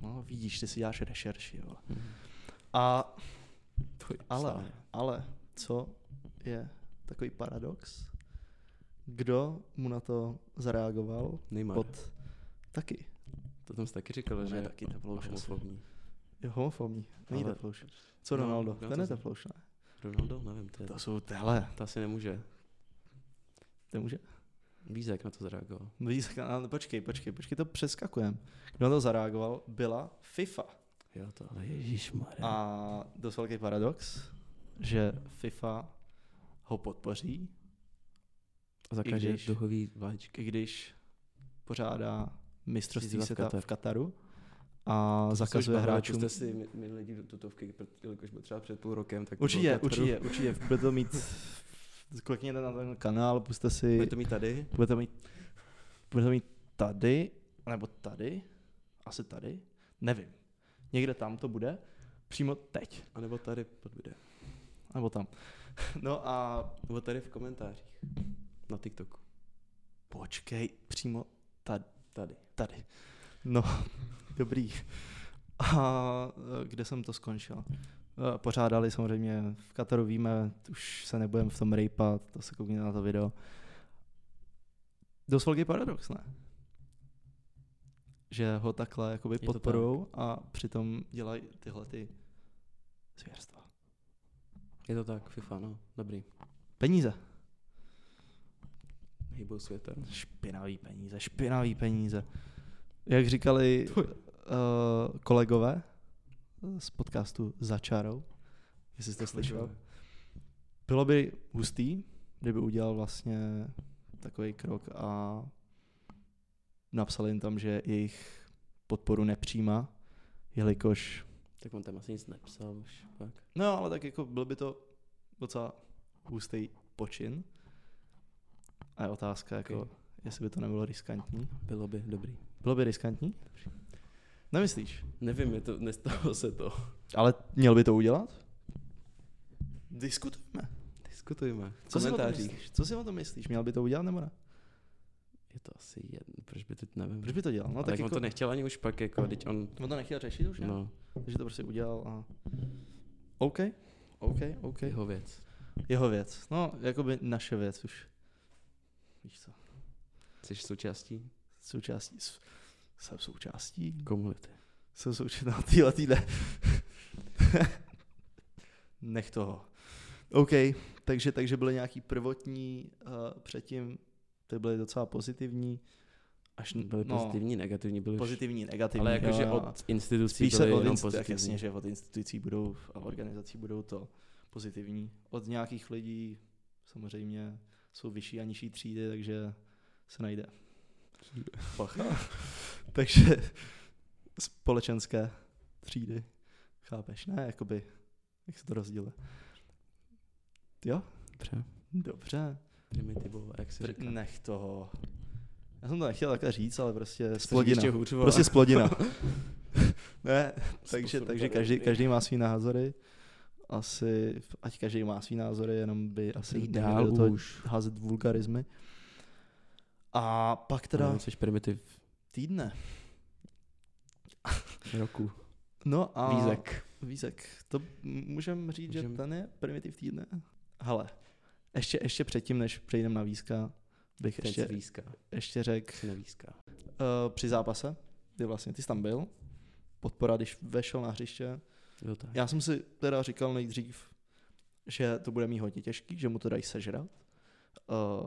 C: No, vidíš, ty si děláš rešerši, vole.
B: Hm.
C: A
B: Tvoj
C: Ale,
B: slavě.
C: ale, co je takový paradox? Kdo mu na to zareagoval?
B: Neymar.
C: Pod taky.
B: To tam jsi taky říkal,
C: On
B: že
C: je taky teplouš asi.
B: homofobní.
C: Je homofobní. Není
B: Ale-
C: teplouš. Co
B: No,
C: Ronaldo?
B: no,
C: Ten
B: to
C: je
B: jsem-
C: teplouš, ne?
B: Ronaldo? Nevím, to, je,
C: To jsou tele.
B: to asi nemůže.
C: Ten může.
B: Vízek na to zareagoval.
C: No, jí se- ale počkej, počkej, počkej, to přeskakujem. Kdo na to zareagoval, byla FIFA.
B: Jo, to ale ježišmarja.
C: A dost velký paradox, že FIFA ho podpoří, i
B: Zakaže
C: když-
B: duhový vláčky.
C: i když pořádá mistrovství
B: Výzva v
C: světa
B: Katar.
C: v Kataru a zakazuje hráčům
B: Jste si mi- minulé díl tutovky, jelikož byl třeba před půl rokem. Tak to
C: Určitě,
B: bylo Kataru.
C: určitě, určitě. Budete to mít, klikněte na ten kanál, puste si,
B: Bude to mít tady.
C: budete mít, budete mít tady, nebo tady, asi tady, nevím. Někde tam to bude, přímo teď,
B: A nebo tady pod videem.
C: nebo tam. No a
B: Nebo tady v komentářích. Na TikToku.
C: počkej, přímo
B: Tady.
C: tady. No, dobrý. A e, kde jsem to skončil? E, Pořádali samozřejmě v Kataru, víme, už se nebudeme v tom rejpat, to se koukněte na to video. Dost velký paradox, ne? Že ho takhle jakoby
B: to
C: podporou a přitom dělají tyhle ty zvěrstva.
B: Je to tak, FIFA, no. Dobrý.
C: Peníze.
B: Hejbou světem.
C: Špinavý peníze, špinavý peníze. Jak říkali uh, kolegové z podcastu Za čarou, jestli jste slyšel, bylo by hustý, kdyby udělal vlastně takový krok a napsal jim tam, že jejich podporu nepřijímá, jelikož...
B: Tak on tam asi nic nepsal už pak.
C: No, ale tak jako byl by to docela hustý počin. A je otázka, jako,
B: Ok.
C: jestli by to nebylo riskantní.
B: Bylo by dobrý.
C: Bylo by riskantní? Nemyslíš?
B: Nevím, je to, nestalo se to.
C: Ale měl by to udělat? Diskutujeme.
B: Diskutujme. V
C: Co si, o tom
B: komentářích.
C: myslíš? Co si o tom myslíš? Měl by to udělat nebo ne?
B: Je to asi jedno, proč by to nevím.
C: Proč by to dělal? No,
B: No, tak,
C: tak
B: tak jako... on
C: jako,
B: to nechtěl ani už pak, jako, teď on,
C: on to nechtěl řešit už, ne? No.
B: no,
C: Takže to prostě udělal a... OK, OK, OK. Jeho,
B: jeho věc.
C: Jeho věc. No, jakoby naše věc už. Víš co?
B: Jsi součástí
C: Součástí. s- Jsem součástí.
B: komunity.
C: Jsem součástí týhle týdne. Nech toho. OK, takže, takže byly nějaký prvotní uh, předtím, ty byly docela pozitivní, až n-
B: Byly no, pozitivní, negativní, byly pozitivní,
C: pozitivní, negativní.
B: Ale jakože
C: jo, no. jo, jo.
B: od institucí
C: Spíš se
B: byly
C: od
B: jenom
C: inst- tak
B: pozitivní.
C: jasně, že od institucí budou a organizací budou to pozitivní. Od nějakých lidí samozřejmě jsou vyšší a nižší třídy, takže se najde. Bacha. takže společenské třídy, chápeš, ne? Jakoby, jak se to rozdělí. Jo,
B: Dobře.
C: dobře.
B: Primitivové, jak se říká.
C: Pr- nech toho. Já jsem to nechtěl takhle říct, ale prostě
B: Jsi ještě
C: splodina.
B: hůř, vole.
C: Prostě splodina. ne, takže,
B: Způsob
C: takže
B: tady
C: každý,
B: Prostě dobrý.
C: každý má svý názory. Asi, ať každý má svý názory, jenom by asi
B: Prý
C: neměli
B: dál
C: do toho
B: už.
C: házet vulgarizmy. A pak teda
B: Teda... Jsi primitiv
C: týdne.
B: roku.
C: No a...
B: Vízek.
C: Vízek. To můžeme říct,
B: Můžem-
C: že ten je primitiv týdne. Hele, ještě, ještě předtím, než přejdeme na Vízka, bych
B: Ten se
C: ještě,
B: výská.
C: ještě řekl,
B: Se nevíská.
C: Eh, při zápase, kdy vlastně ty jsi tam byl, podpora, když vešel na hřiště.
B: Jo, tak.
C: Já jsem si teda říkal nejdřív, že to bude mít hodně těžký, že mu to dají sežrat. Eh,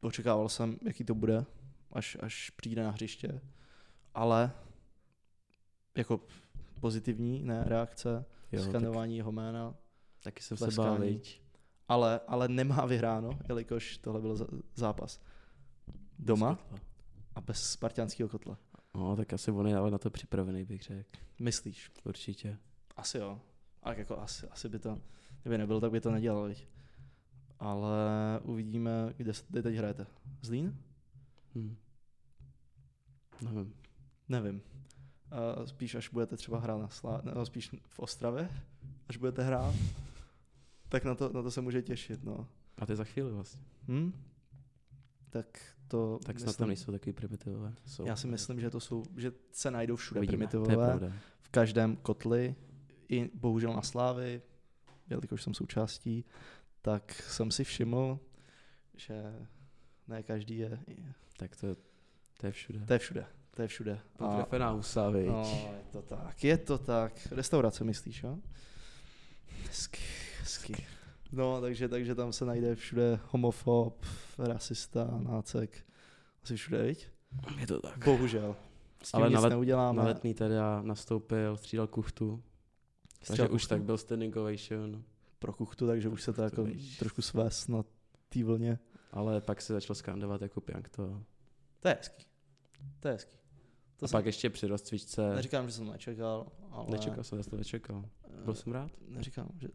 C: očekával jsem, jaký to bude, až, až přijde na hřiště, ale jako pozitivní, ne, reakce, jo,
B: Jo, tak,
C: skandování jeho jména,
B: taky jsem se bál,
C: tleskání.
B: viď.
C: ale, ale nemá vyhráno, jelikož tohle byl za- zápas doma
B: Skotla.
C: a bez spartianského kotla.
B: No, tak asi on je ale na to připravený, bych řekl.
C: Myslíš?
B: Určitě.
C: Asi jo. A jako asi, asi by to, kdyby nebyl, tak by to nedělal, viď? Ale uvidíme, kde, s- kde teď hrajete. Zlín?
B: Hm. Nevím.
C: Nevím. Uh, spíš až budete třeba hrát na Slá... no, spíš v Ostravě, až budete hrát, tak na to, na to se může těšit, no.
B: A to je za chvíli vlastně.
C: Hm? Tak to
B: Tak snad tam nejsou takový primitivové. Jsou.
C: Já si myslím, že to jsou, že se najdou všude
B: Uvidíme. To je
C: primitivové,
B: pravda.
C: v každém kotli, i bohužel na Slávy, jelikož jsem součástí, tak jsem si všiml, že ne každý je,
B: Tak to, to je všude.
C: to je všude, to je všude. A,
B: Potrefená husa, viď.
C: no, je to tak, je to tak. Restaurace myslíš, jo? Hezky, hezky. No, takže, takže tam se najde všude homofob, rasista, nácek, asi všude, viď?
B: Je to tak.
C: Bohužel. S tím
B: Ale
C: Ale nic
B: na let-
C: neuděláme.
B: Na letný teda nastoupil, střídal kuchtu, takže
C: Střel
B: už tak byl standing ovation,
C: pro kuchtu, takže už se to jako
B: víš.
C: trošku svést na té vlně.
B: ale pak se začal skandovat jako pjank to.
C: To je hezký. To je hezký. To
B: A
C: jsem,
B: pak ještě při rozcvičce,
C: neříkám, že jsem nečekal, ale...
B: nečekal jsem, já jsem to nečekal.
C: eh,
B: Byl jsem rád.
C: Neříkám, že...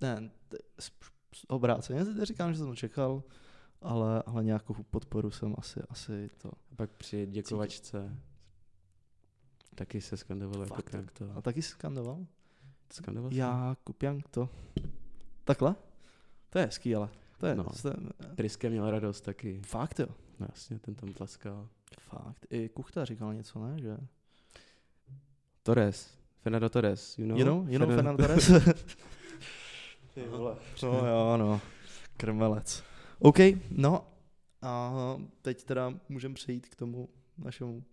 C: Ne, t- s- s- obráceně neříkám, že jsem nečekal, ale, ale nějakou podporu jsem asi, asi to.
B: A pak při děkovačce taky se skandoval jako
C: Fakt.
B: pjank to.
C: A taky jsi skandoval?
B: Skandoval jsem.
C: Já, Kupjank, to. Takhle? To je hezký, ale. To je,
B: No.
C: no. to je
B: Priske měl radost taky.
C: fakt jo.
B: No jasně, ten tam tlaskal.
C: Fakt. I Kuchta říkal něco, ne? Že?
B: Torres. Fernando Torres, you know?
C: Jenom, jenom Fernando Torres. Ty vole. No jo, no. Krmelec. OK, no a teď teda můžeme přejít k tomu našemu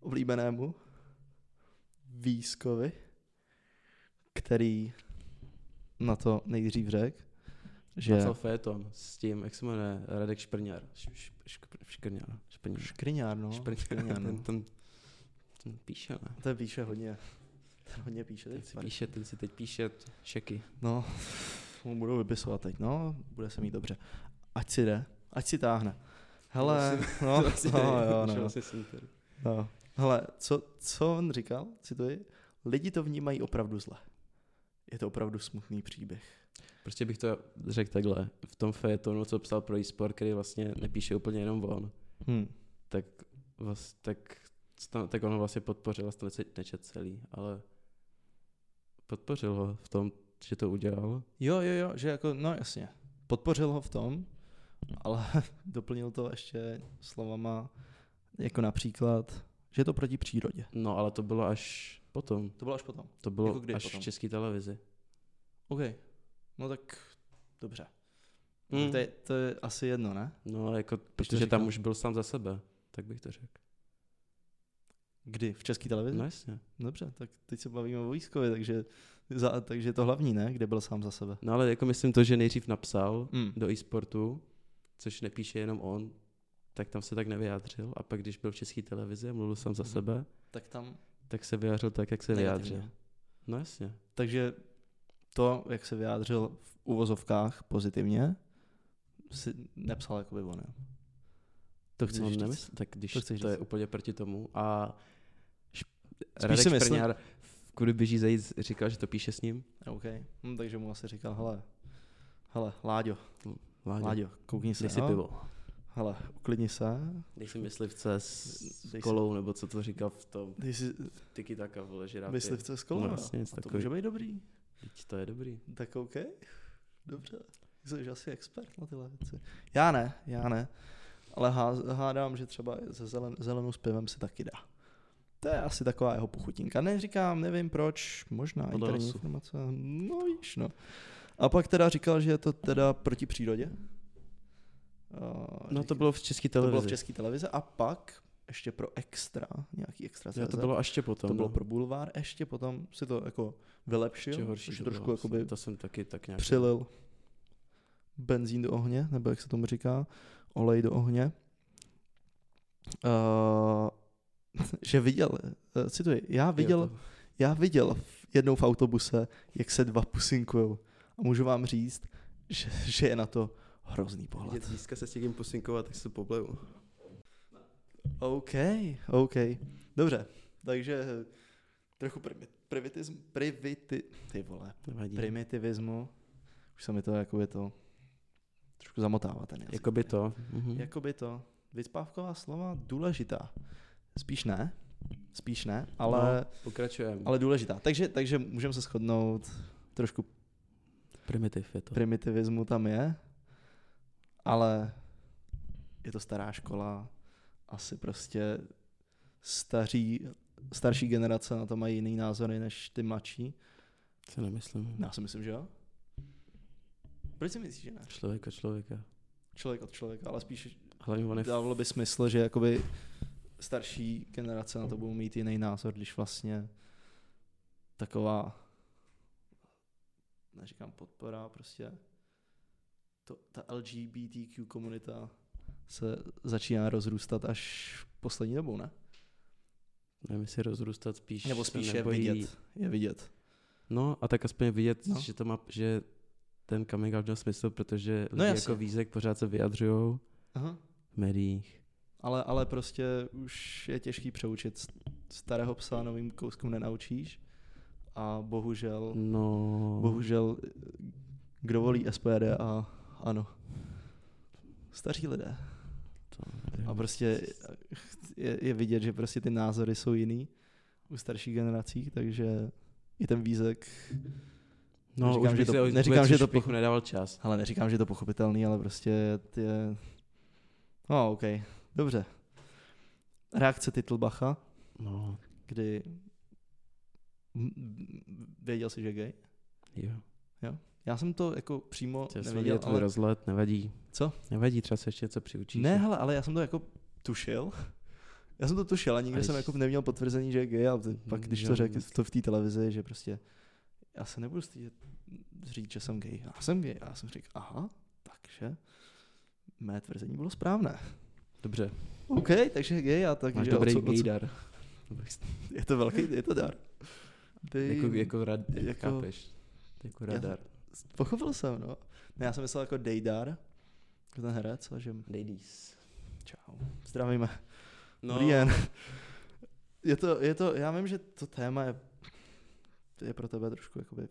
C: oblíbenému Výskovi, který na to nejdřív řekl, že
B: Napsal Féton s tím, jak se jmenuje, Radek Šprňar. Š- š- škr- Škrňar. Šprňar.
C: škriňár, no.
B: Šprňar.
C: no.
B: Ten, ten, ten píše, ne?
C: To píše hodně. Ten hodně píše.
B: Ten
C: teď
B: si
C: pár-
B: píše, ten si teď píše t- šeky.
C: No, mu budou vypisovat teď, no, bude se mít dobře. Ať si jde, ať si táhne. Hele, no, no, jo, no, no. Hele, co, co on říkal, cituji, lidi to vnímají opravdu zle. Je to opravdu smutný příběh.
B: Prostě bych to řekl takhle. V tom fejetonu, co psal pro e-sport, který vlastně nepíše úplně jenom on,
C: Hmm.
B: tak, vlast, tak, co tam- tak on ho vlastně podpořil, vlastně nece- nečet celý, ale podpořil ho v tom, že to udělal.
C: Jo, jo, jo, že jako, no jasně, podpořil ho v tom, ale doplnil to ještě slovama, jako například, že je to proti přírodě.
B: No, ale to bylo až potom.
C: To bylo až potom.
B: To bylo
C: Jako kdy
B: až
C: potom?
B: v české televizi.
C: OK, no tak dobře.
B: Hmm.
C: Hmm. To, je, to je asi jedno, ne?
B: No, jako, protože
C: říkal?
B: tam už byl sám za sebe, tak bych to řekl.
C: Kdy? V české televizi?
B: No jasně.
C: Dobře, tak teď se bavíme o Výskovi, takže, za, takže to hlavní, ne? Kde byl sám za sebe.
B: No ale jako myslím to, že nejdřív napsal,
C: Mm.
B: do e-sportu, což nepíše jenom on, tak tam se tak nevyjádřil. A pak, když byl v české televizi a mluvil sám za
C: Mhm.
B: sebe,
C: Tak tam
B: tak se vyjádřil tak, jak se
C: negativně.
B: vyjádřil. No jasně.
C: Takže to, jak se vyjádřil v uvozovkách pozitivně, si nepsal jako by on. jo? To chceš
B: no,
C: říct.
B: nemysl- tak když
C: To
B: to,
C: chceš
B: to je
C: říct.
B: úplně proti tomu. A šp-
C: si
B: Radek
C: myslím-
B: Šprňár, kudy běží zajít, říkal, že to píše s ním.
C: OK. Hm, takže mu asi říkal, hele, hele, Láďo,
B: Láďo, Láďo
C: Láďo, koukni se.
B: dej si
C: jo?
B: pivo.
C: Hele, uklidni se,
B: Dej si myslivce s
C: Dej si-
B: s kolou, nebo co to říkal v tom
C: dej si
B: tiki taka, vole, že rád
C: myslivce z
B: No
C: kolona.
B: jasně, nic
C: A to
B: takový.
C: může být dobrý.
B: To je dobrý.
C: Tak OK, dobře. Jsi asi expert na tyhle věci. Já ne, já ne. Ale há- hádám, že třeba se zelen, zelenou s pivem se taky dá. To je asi taková jeho pochutinka. Neříkám, nevím proč, možná
B: Podle
C: interní
B: nosu.
C: informace. No víš, no. A pak teda říkal, že je to teda proti přírodě. Eh,
B: No
C: řík-
B: to bylo v české
C: to bylo
B: televizi.
C: v české televizi a pak ještě pro extra, nějaký extra
B: Jo, to bylo až ještě potom.
C: to bylo
B: no.
C: pro Bulvár, ještě potom si to jako
B: ještě
C: vylepšil,
B: horší.
C: ještě
B: to
C: trošku
B: bylo.
C: jakoby
B: To jsem taky tak nějak... jako
C: přilil benzín do ohně, nebo jak se tomu říká. olej do ohně, uh, že viděl, eh, cituji, já viděl, já viděl v- jednou v autobuse, jak se dva pusinkujou a můžu vám říct, že, že je na to hrozný pohled.
B: Vidět získa se s někým posinkovat, tak se pobleju.
C: OK, OK. Dobře, takže eh, trochu primi- privitism, priviti, ty vole,
B: Nevadí.
C: primitivismu. Už se mi to jako by to trošku zamotává ten jazyk.
B: Jakoby to. Mhm.
C: Jakoby to. Vyspávková slova důležitá. Spíš ne, spíš ne, ale,
B: No, pokračujeme.
C: ale důležitá. Takže, takže můžeme se shodnout, trošku
B: Primitiv je to.
C: primitivismu tam je, ale je to stará škola, asi prostě staří, starší generace na to mají jiný názory než ty mladší.
B: Co nemyslím.
C: Já si myslím, že jo. Proč si myslíš, že ne?
B: Člověk od člověka.
C: Člověk od člověka, ale spíš
B: Hlavně on je
C: dávalo by smysl, že jakoby starší generace na to budou mít jiný názor, když vlastně taková neříkám podpora, prostě to, ta LGBTQ komunita se začíná rozrůstat až poslední dobou, ne?
B: nevím, jestli rozrůstat spíš.
C: Nebo
B: se
C: spíš je
B: nebojí-
C: vidět. Je vidět.
B: No a tak aspoň je vidět,
C: No.
B: no. že to má, že ten coming out měl smysl, protože lidi
C: No
B: no,
C: jasně.
B: jako vízek pořád se vyjadřují
C: Aha.
B: v médiích.
C: Ale, ale prostě už je těžký přeučit S- starého psa, novým kouskům nenaučíš a bohužel
B: No,
C: Bohužel, kdo volí SPD a ano. Staří lidé.
B: nevím.
C: A prostě je, je vidět, že prostě ty názory jsou jiný u starších generací, takže i ten vízek,
B: no
C: říkám,
B: už
C: že
B: bych
C: to-
B: se,
C: neříkám, že to
B: bych
C: poch-
B: nedával čas.
C: ale neříkám, že je to pochopitelný, ale prostě ty je... No, OK, dobře. Reakce Titlbacha,
B: No,
C: kdy m- m- věděl si, že je gay.
B: jo.
C: Já jsem to jako přímo
B: Chtěl jsem
C: nevěděl,
B: vidět tvůj
C: ale
B: rozhled, nevadí.
C: Co?
B: Nevadí, třeba se ještě něco přiučíš.
C: Ne, hele, ale já jsem to jako tušil. Já jsem to tušil a nikdy
B: Ale
C: jsem
B: jsi-
C: jako neměl potvrzení, že je gay a t- pak
B: Mm,
C: když
B: jo,
C: to řekl
B: jasně.
C: to v té televizi, že prostě já se nebudu stydět říct, že jsem gay. Já jsem gay. A já jsem řekl, aha, takže mé tvrzení bylo správné.
B: Dobře,
C: OK, takže je gay a tak.
B: máš
C: že
B: dobrý
C: o co- o co-
B: gaydar.
C: Je to velký, je to dar. Ty,
B: Jako, jako, rad,
C: jako-
B: jako, chápeš. Jako
C: Já-
B: radar.
C: Pochopil jsem, no. Ne, já jsem myslel jako Dejdar, jako ten herec, a že
B: Ladies.
C: čau, zdravíme. No. Dobrý den. Je to, je to, já vím, že to téma je, je pro tebe trošku, jakoby,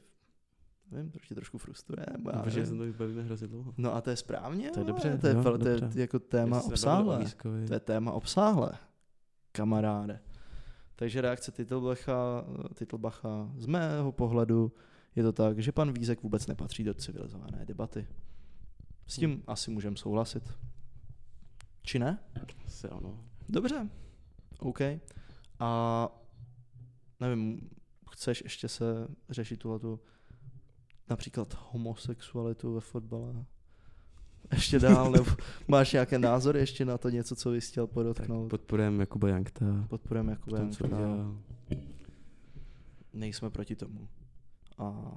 C: nevím, trošku, trošku frustruje. Nebo já
B: Bože, jsem
C: nevím.
B: to už bavíme hrozně dlouho.
C: No a to je správně,
B: To je
C: vole,
B: dobře,
C: to je,
B: jo,
C: fel- to je
B: dobře.
C: jako téma
B: Jestli se nebavíme o
C: obsáhlé.
B: Lískovi.
C: To je téma obsáhlé, kamaráde. Takže reakce Titelbacha, Titelbacha z mého pohledu je to tak, že pan Vízek vůbec nepatří do civilizované debaty. S
B: Hmm.
C: tím asi můžeme souhlasit. Či ne?
B: Se ano.
C: Dobře, OK. A nevím, chceš ještě se řešit tuhle tu například homosexualitu ve fotbale? Ještě dál, nebo máš nějaké názory ještě na to něco, co bys chtěl
B: Tak
C: podotknout? Tak
B: podporujeme Jakuba Jankta.
C: Podporujeme jako
B: V tom, co dělal.
C: nejsme proti tomu. A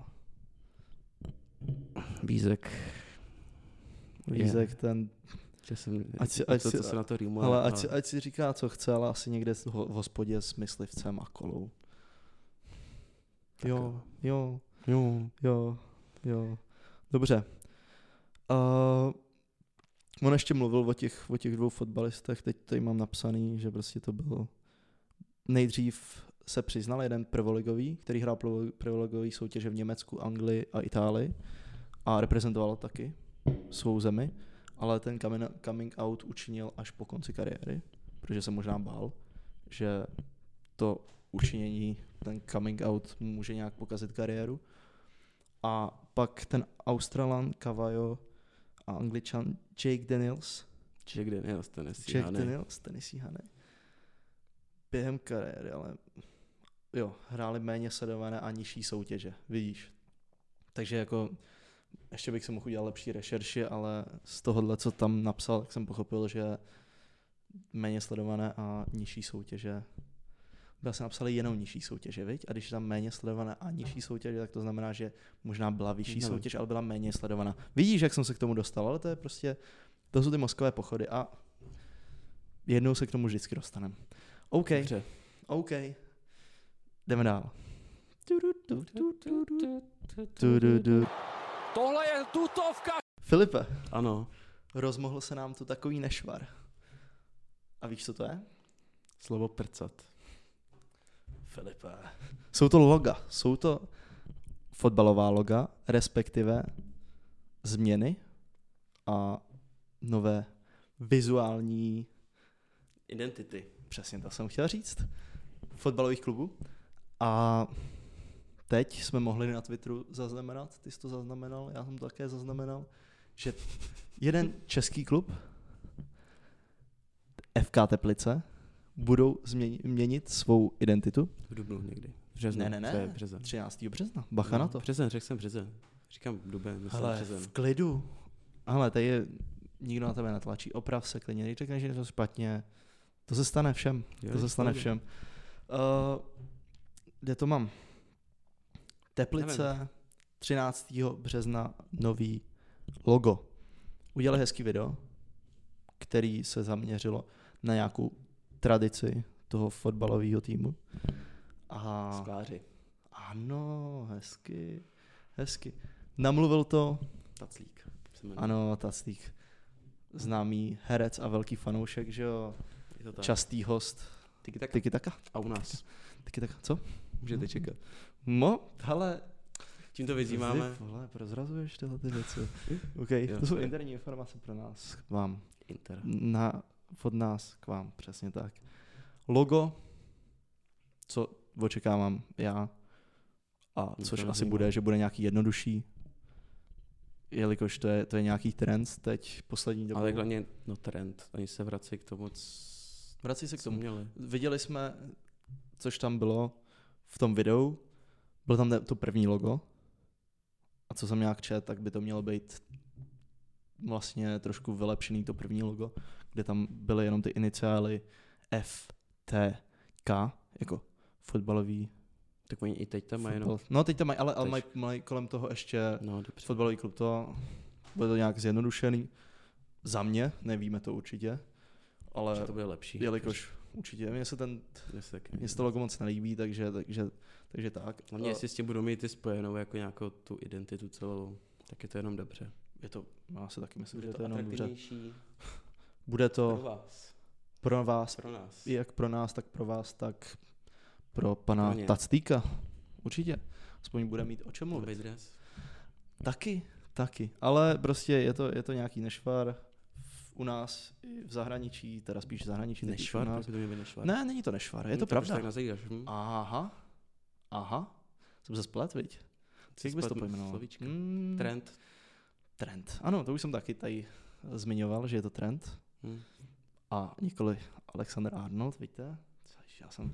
B: Vízek. Je.
C: Vízek ten,
B: Že jsem,
C: Ať si-
B: to,
C: ať
B: co,
C: si-
B: co se na to rýmuje.
C: ale ať, si- ať si říká, co chce, ale asi někde s- ho- v hospodě s myslivcem a kolou.
B: Tak
C: Jo,
B: jo.
C: jo,
B: Jo.
C: Jo, jo. Dobře. Uh, on ještě mluvil o těch, o těch dvou fotbalistech, teď tady mám napsaný, že prostě to bylo... Nejdřív se přiznal jeden prvoligový, který hrál prvo- prvoligový soutěže v Německu, Anglii a Itálii a reprezentoval taky svou zemi, ale ten coming- coming out učinil až po konci kariéry, protože se možná bál, že to učinění, ten coming out může nějak pokazit kariéru. A pak ten Australan Kavajo a Angličan Jake Daniels.
B: Jack Daniels to nestíhá,
C: Jake Daniels, Tennessee Honey. Během kariéry, ale jo, hráli méně sledované a nižší soutěže, vidíš. Takže jako, ještě bych si mohl udělat lepší rešerši, ale z tohohle, co tam napsal, tak jsem pochopil, že méně sledované a nižší soutěže byla se napsaly jenom nižší soutěže, viď? A když je tam méně sledovaná a nižší soutěže, tak to znamená, že možná byla vyšší
B: No.
C: soutěž, ale byla méně sledovaná. Vidíš, jak jsem se k tomu dostal, ale to je prostě, to jsou ty mozkové pochody a jednou se k tomu vždycky dostaneme. OK,
B: Dobře.
C: OK, jdeme dál.
A: Tohle je tutovka.
C: Filipe,
B: Ano,
C: rozmohl se nám tu takový nešvar. A víš, co to je?
B: slovo prcat.
C: Filipe. Jsou to loga, jsou to fotbalová loga, respektive změny a nové vizuální,
B: Identity.
C: přesně to jsem chtěl říct, fotbalových klubů. A teď jsme mohli na Twitteru zaznamenat, ty jsi to zaznamenal, já jsem to také zaznamenal, že jeden český klub, FK Teplice, budou změni- měnit svou identitu
B: V dubnu někdy. Březnu.
C: Ne, ne, ne.
B: To je březen.
C: 13. března. Bacha no, na to.
B: Březen, řekl jsem březen. Říkám duben, myslím
C: Hele,
B: březen.
C: v klidu. Ale tady je, nikdo na tebe netlačí. Oprav se klidně, když řekneš, že je to špatně. To se stane všem.
B: Jo,
C: to se
B: je
C: stane
B: pohodě.
C: všem. Uh, kde to mám? Teplice, 13. března, nový logo. Udělali hezký video, který se zaměřilo na nějakou tradici toho fotbalového týmu. A...
B: Skláři.
C: Ano, hezky, hezky. Namluvil to,
B: Taclík. se jmenuje.
C: ano, Taclík, známý herec a velký fanoušek, že jo,
B: Je to tak.
C: tak. častý host.
B: Tiki tak.
C: Tiki taka,
B: A u nás.
C: tiki taka, co? Mhm.
B: Můžete čekat.
C: No, hele,
B: Tímto vyzýváme.
C: Zip, vole, prozrazuješ tyhle ty věci. OK,
B: Jo.
C: to jsou interní informace pro nás, k vám,
B: Inter.
C: No. na, od nás k vám, přesně tak. Logo, co očekávám já, a
B: to
C: což
B: mě
C: asi
B: zajímá.
C: bude, že bude nějaký jednodušší, jelikož to je, to je nějaký trend teď poslední dobou.
B: Ale tak hlavně, no trend. Oni se vrací k tomu, c-
C: Vrací se k
B: co
C: tomu.
B: měli.
C: Viděli jsme, což tam bylo v tom videu, bylo tam ne- to první logo a co jsem nějak čet, tak by to mělo být vlastně trošku vylepšený to první logo, kde tam byly jenom ty iniciály F, T, K, jako fotbalový.
B: Tak oni i teď tam mají jenom...
C: fotbal. No teď tam mají, ale, ale
B: Tež.
C: mají, mají kolem toho ještě
B: No, dobře.
C: fotbalový klub to, bude to nějak zjednodušený. Za mě, nevíme to určitě,
B: Že
C: ale
B: to bude lepší.
C: jelikož určitě, mně se ten
B: Mně se taky
C: mně se to logo moc nelíbí, takže, takže, takže tak.
B: Hlavně,
C: Eh,
B: jestli s tím budou mít ty spojenou jako nějakou tu identitu celou, tak je to jenom dobře.
C: je to, já se taky myslím, že je to jenom dobře.
B: atraktivnější
C: Bude
B: pro
C: to
B: vás,
C: pro vás,
B: pro nás.
C: jak pro nás, tak pro vás, tak pro pana
B: Pro ně.
C: Tactýka. Určitě. Aspoň bude mít o čem
B: Nový
C: mluvit.
B: dres.
C: Taky, taky. Ale prostě je to, je to nějaký nešvar v- u nás i v zahraničí, teda spíš v zahraničí. teď už u
B: Nešvar,
C: nás.
B: proč by to měl být nešvar?
C: Ne, není to nešvar, je
B: Hm, tak
C: to
B: už
C: pravda.
B: Tak nazýváš, hm?
C: Aha, aha. Jsem se splet, viď? Jak bys to
B: Spletl
C: pojmenoval?
B: slovíčka.
C: Hmm,
B: Trend.
C: Trend. Ano, to už jsem taky tady eh, zmiňoval, že je to trend.
B: Hm.
C: A nikoli Alexander Arnold, víte? Což já jsem...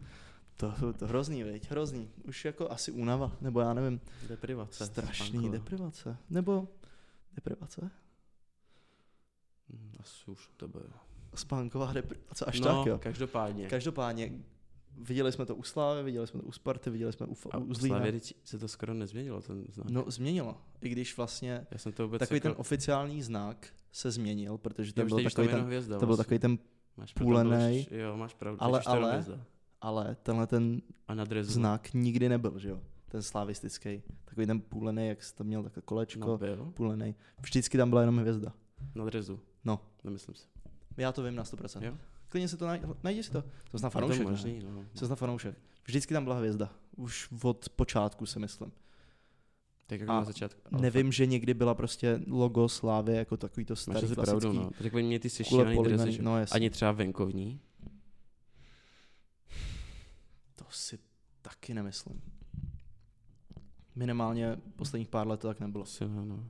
C: To, to, to hrozný, viď? Hrozný. Už jako asi únava, nebo já nevím.
B: Deprivace.
C: strašný
B: spánková.
C: deprivace. Nebo deprivace?
B: Hm, Asi už to bude.
C: Spánková deprivace, až
B: no,
C: tak jo.
B: každopádně.
C: Každopádně, viděli jsme to u Slávy, viděli jsme to u Sparty, viděli jsme u, Fa-
B: A
C: u
B: u
C: Zlína.
B: Slavěry se to skoro nezměnilo, ten znak.
C: No, změnilo. I když vlastně
B: Já jsem to vůbec
C: takový
B: jako...
C: ten oficiální znak se změnil, protože
B: Já
C: tam
B: už
C: byl
B: teď už tam
C: takový
B: je jenom
C: ten,
B: hvězda.
C: to byl
B: vlastně.
C: takový ten,
B: Máš pravdu,
C: půlenej,
B: to už- Jo, máš pravdu.
C: ale-
B: teď už to je jenom
C: ale-
B: hvězda.
C: ale tenhle ten
B: A na dresu.
C: znak nikdy nebyl, že jo? Ten slavistický, takový ten půlený, jak jsi tam měl takhle kolečko,
B: No,
C: no,
B: byl.
C: půlený. Vždycky tam byla jenom hvězda.
B: Na dresu.
C: No.
B: Nemyslím si.
C: Já to vím na 100%.
B: Jo?
C: Klidně si to najdi, najdi si to. Jsem snad
B: Je
C: fanoušek.
B: to
C: ne?
B: možný, no.
C: Jsem snad fanoušek. Vždycky tam byla hvězda. Už od počátku si myslím.
B: Tak jako
C: A
B: na začátku. ale
C: Nevím, že někdy byla prostě logo Slávy jako takový to
B: fakt, Máš
C: starý
B: asi
C: klasický.
B: pravdu, no. Řekli mě ty
C: kule
B: sešívaný
C: polimery,
B: dresy, že?
C: no jasně.
B: Ani třeba venkovní.
C: To si taky nemyslím. Minimálně posledních pár let to tak nebylo.
B: Asi no, no.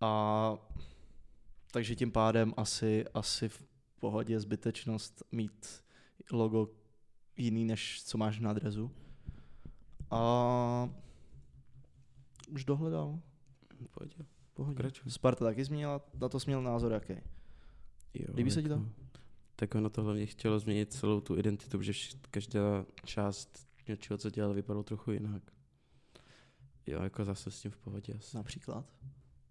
C: A takže tím pádem asi, asi v pohodě zbytečnost mít logo jiný, než co máš na drezu. A už dohledal.
B: Pojď, jo.
C: Pohodě.
B: Pokračuj.
C: Sparta taky změnila, na to směl názor jaký.
B: Jo,
C: Líbí se
B: jak
C: ti to?
B: tak ono to hlavně chtělo změnit celou tu identitu, protože vš- každá část něčeho, co dělal, vypadalo trochu jinak. Jo, jako zase s tím v pohodě asi.
C: Například?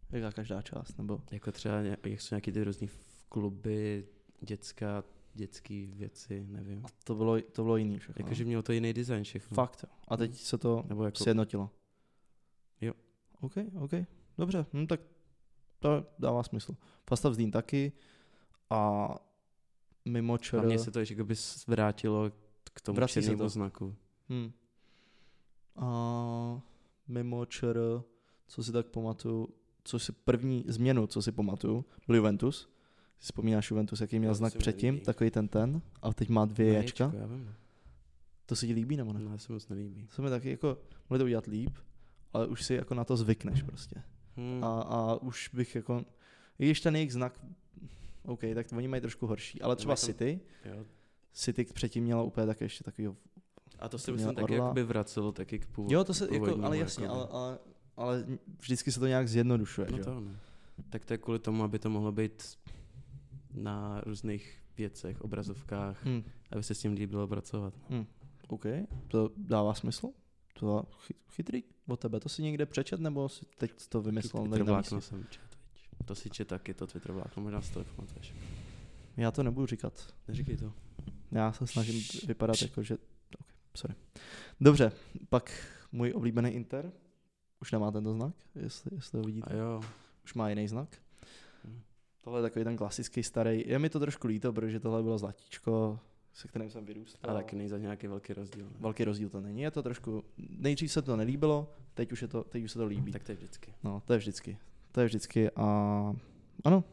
C: Jaká každá část, nebo?
B: Jako třeba, ně- jak jsou nějaký ty různý f- kluby, dětská, dětský věci, nevím.
C: A to bylo, to bylo jiný všechno.
B: Jakože mělo to jiný design všechno.
C: No. Fakt, jo. A teď se to
B: Nebo jako,
C: sjednotilo.
B: Jo.
C: Prostě OK, OK. Dobře, hm, tak to dává smysl. Pasta vzdín taky a mimo čer...
B: hlavně se to ještě jakoby s- vrátilo k tomu
C: Vrací se
B: černému
C: to.
B: znaku.
C: Hm. A mimo čer, co si tak pamatuju, co si první změnu, co si pamatuju, byl Juventus. Si vzpomínáš Juventus, jaký měl
B: Jo, to
C: znak
B: se mi
C: předtím,
B: nelíbí.
C: takový ten ten, a teď má dvě
B: Ne,
C: ječka.
B: já vím.
C: To se ti líbí nebo ne?
B: No, já se moc nelíbí.
C: To se mi taky jako, mohli to udělat líp, ale už si jako na to zvykneš prostě.
B: Hmm.
C: a, a už bych jako, i když ten jejich znak, OK, tak oni mají trošku horší, ale třeba
B: Nemají tam-
C: City,
B: Jo.
C: City předtím měla úplně tak ještě takový,
B: A to se
C: Měla
B: myslím taky
C: orla.
B: jakoby vracelo taky k původu.
C: jo to se jako,
B: původnímu,
C: ale jasně,
B: jakoby.
C: ale, ale, ale vždycky se to nějak zjednodušuje,
B: No
C: že? jo?
B: to ano. Tak to je kvůli tomu, aby to mohlo být na různých věcech, obrazovkách,
C: Hm,
B: aby se s tím líbilo pracovat.
C: OK, to dává smysl, to je chy- chytrý od tebe, to si někde přečet, nebo si teď to vymyslel
B: Twitter
C: tak na místě?
B: vlákno jsem čet, viď. To si čet taky, to Twitter vlákno, možná si to nepamatuješ.
C: Já to nebudu říkat,
B: Neříkej to.
C: já se snažím vypadat jako, že, OK, sorry. Dobře, pak můj oblíbený Inter, už nemá tento znak, jestli, jestli ho vidíte.
B: A jo,
C: už má jiný znak.
B: Hmm.
C: Tohle je takový ten klasický starý. Je mi to trošku líto, protože tohle bylo zlatíčko, se kterým jsem vyrůstal.
B: ale taky není za nějaký velký rozdíl. Ne?
C: Velký rozdíl to není, je to trošku, nejdřív se to nelíbilo, teď už, je to, teď už se to líbí.
B: Tak to je vždycky.
C: No, to je vždycky, to je vždycky a ano,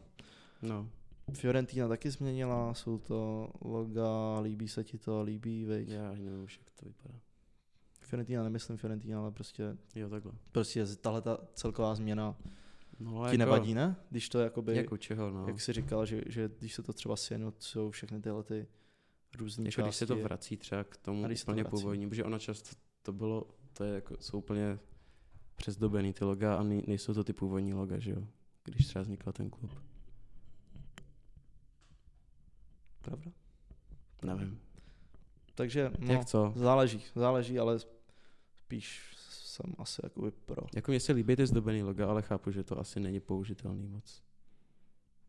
B: No,
C: Fiorentina taky změnila, jsou to loga, líbí se ti to, líbí, veď.
B: já ani nevím už, jak to vypadá.
C: Fiorentina, nemyslím Fiorentina, ale prostě,
B: Jo, takhle.
C: prostě tahle ta celková změna
B: No,
C: ti nevadí, ne? Když to jakoby...
B: Jako čeho, no.
C: Jak jsi říkal, že, že když se to třeba sjednocují všechny tyhle ty různé
B: Jako
C: části.
B: když se to vrací třeba k tomu
C: A když se to
B: úplně
C: vrací.
B: původní, protože ono často to bylo, to je jako, jsou úplně přezdobený ty loga a nej, nejsou to ty původní loga, že jo? Když třeba vznikl ten klub.
C: Pravda?
B: Nevím.
C: Takže
B: No.
C: no,
B: Jak co?
C: záleží, záleží, ale spíš jsem asi jakoby pro.
B: Jako mně se líbí ty zdobený loga, ale chápu, že to asi není použitelný moc.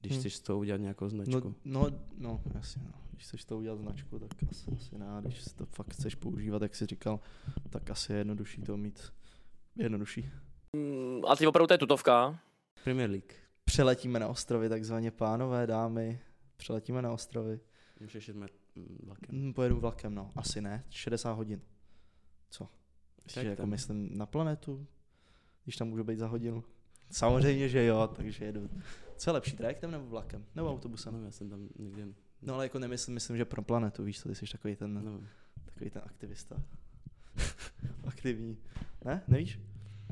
B: Když
C: Hm.
B: hmm. chceš z toho udělat nějakou značku.
C: No, no, no, jasně, no. Když chceš to udělat značku, tak asi, asi ne. Když si to fakt chceš používat, jak jsi říkal, tak asi je jednodušší to mít jednodušší.
D: Mm, A teď opravdu to je tutovka.
B: Premier League.
C: Přeletíme na ostrovy, takzvaně pánové, dámy. Přeletíme na ostrovy.
B: Můžeš jít met- mm, vlakem.
C: Mm, Pojedu vlakem, no. Asi ne. 60 hodin. Co?
B: Tak
C: Že jako
B: tam.
C: myslím na planetu, když tam můžu být za hodinu. Samozřejmě, že jo, takže jedu. Co je lepší, trajektem nebo vlakem? Nebo autobusem?
B: Nevím, já jsem tam někde,
C: No ale jako nemyslím, myslím, že pro planetu, víš co, ty jsi takový ten,
B: nevím.
C: takový ten aktivista. Aktivní. Ne? Nevíš?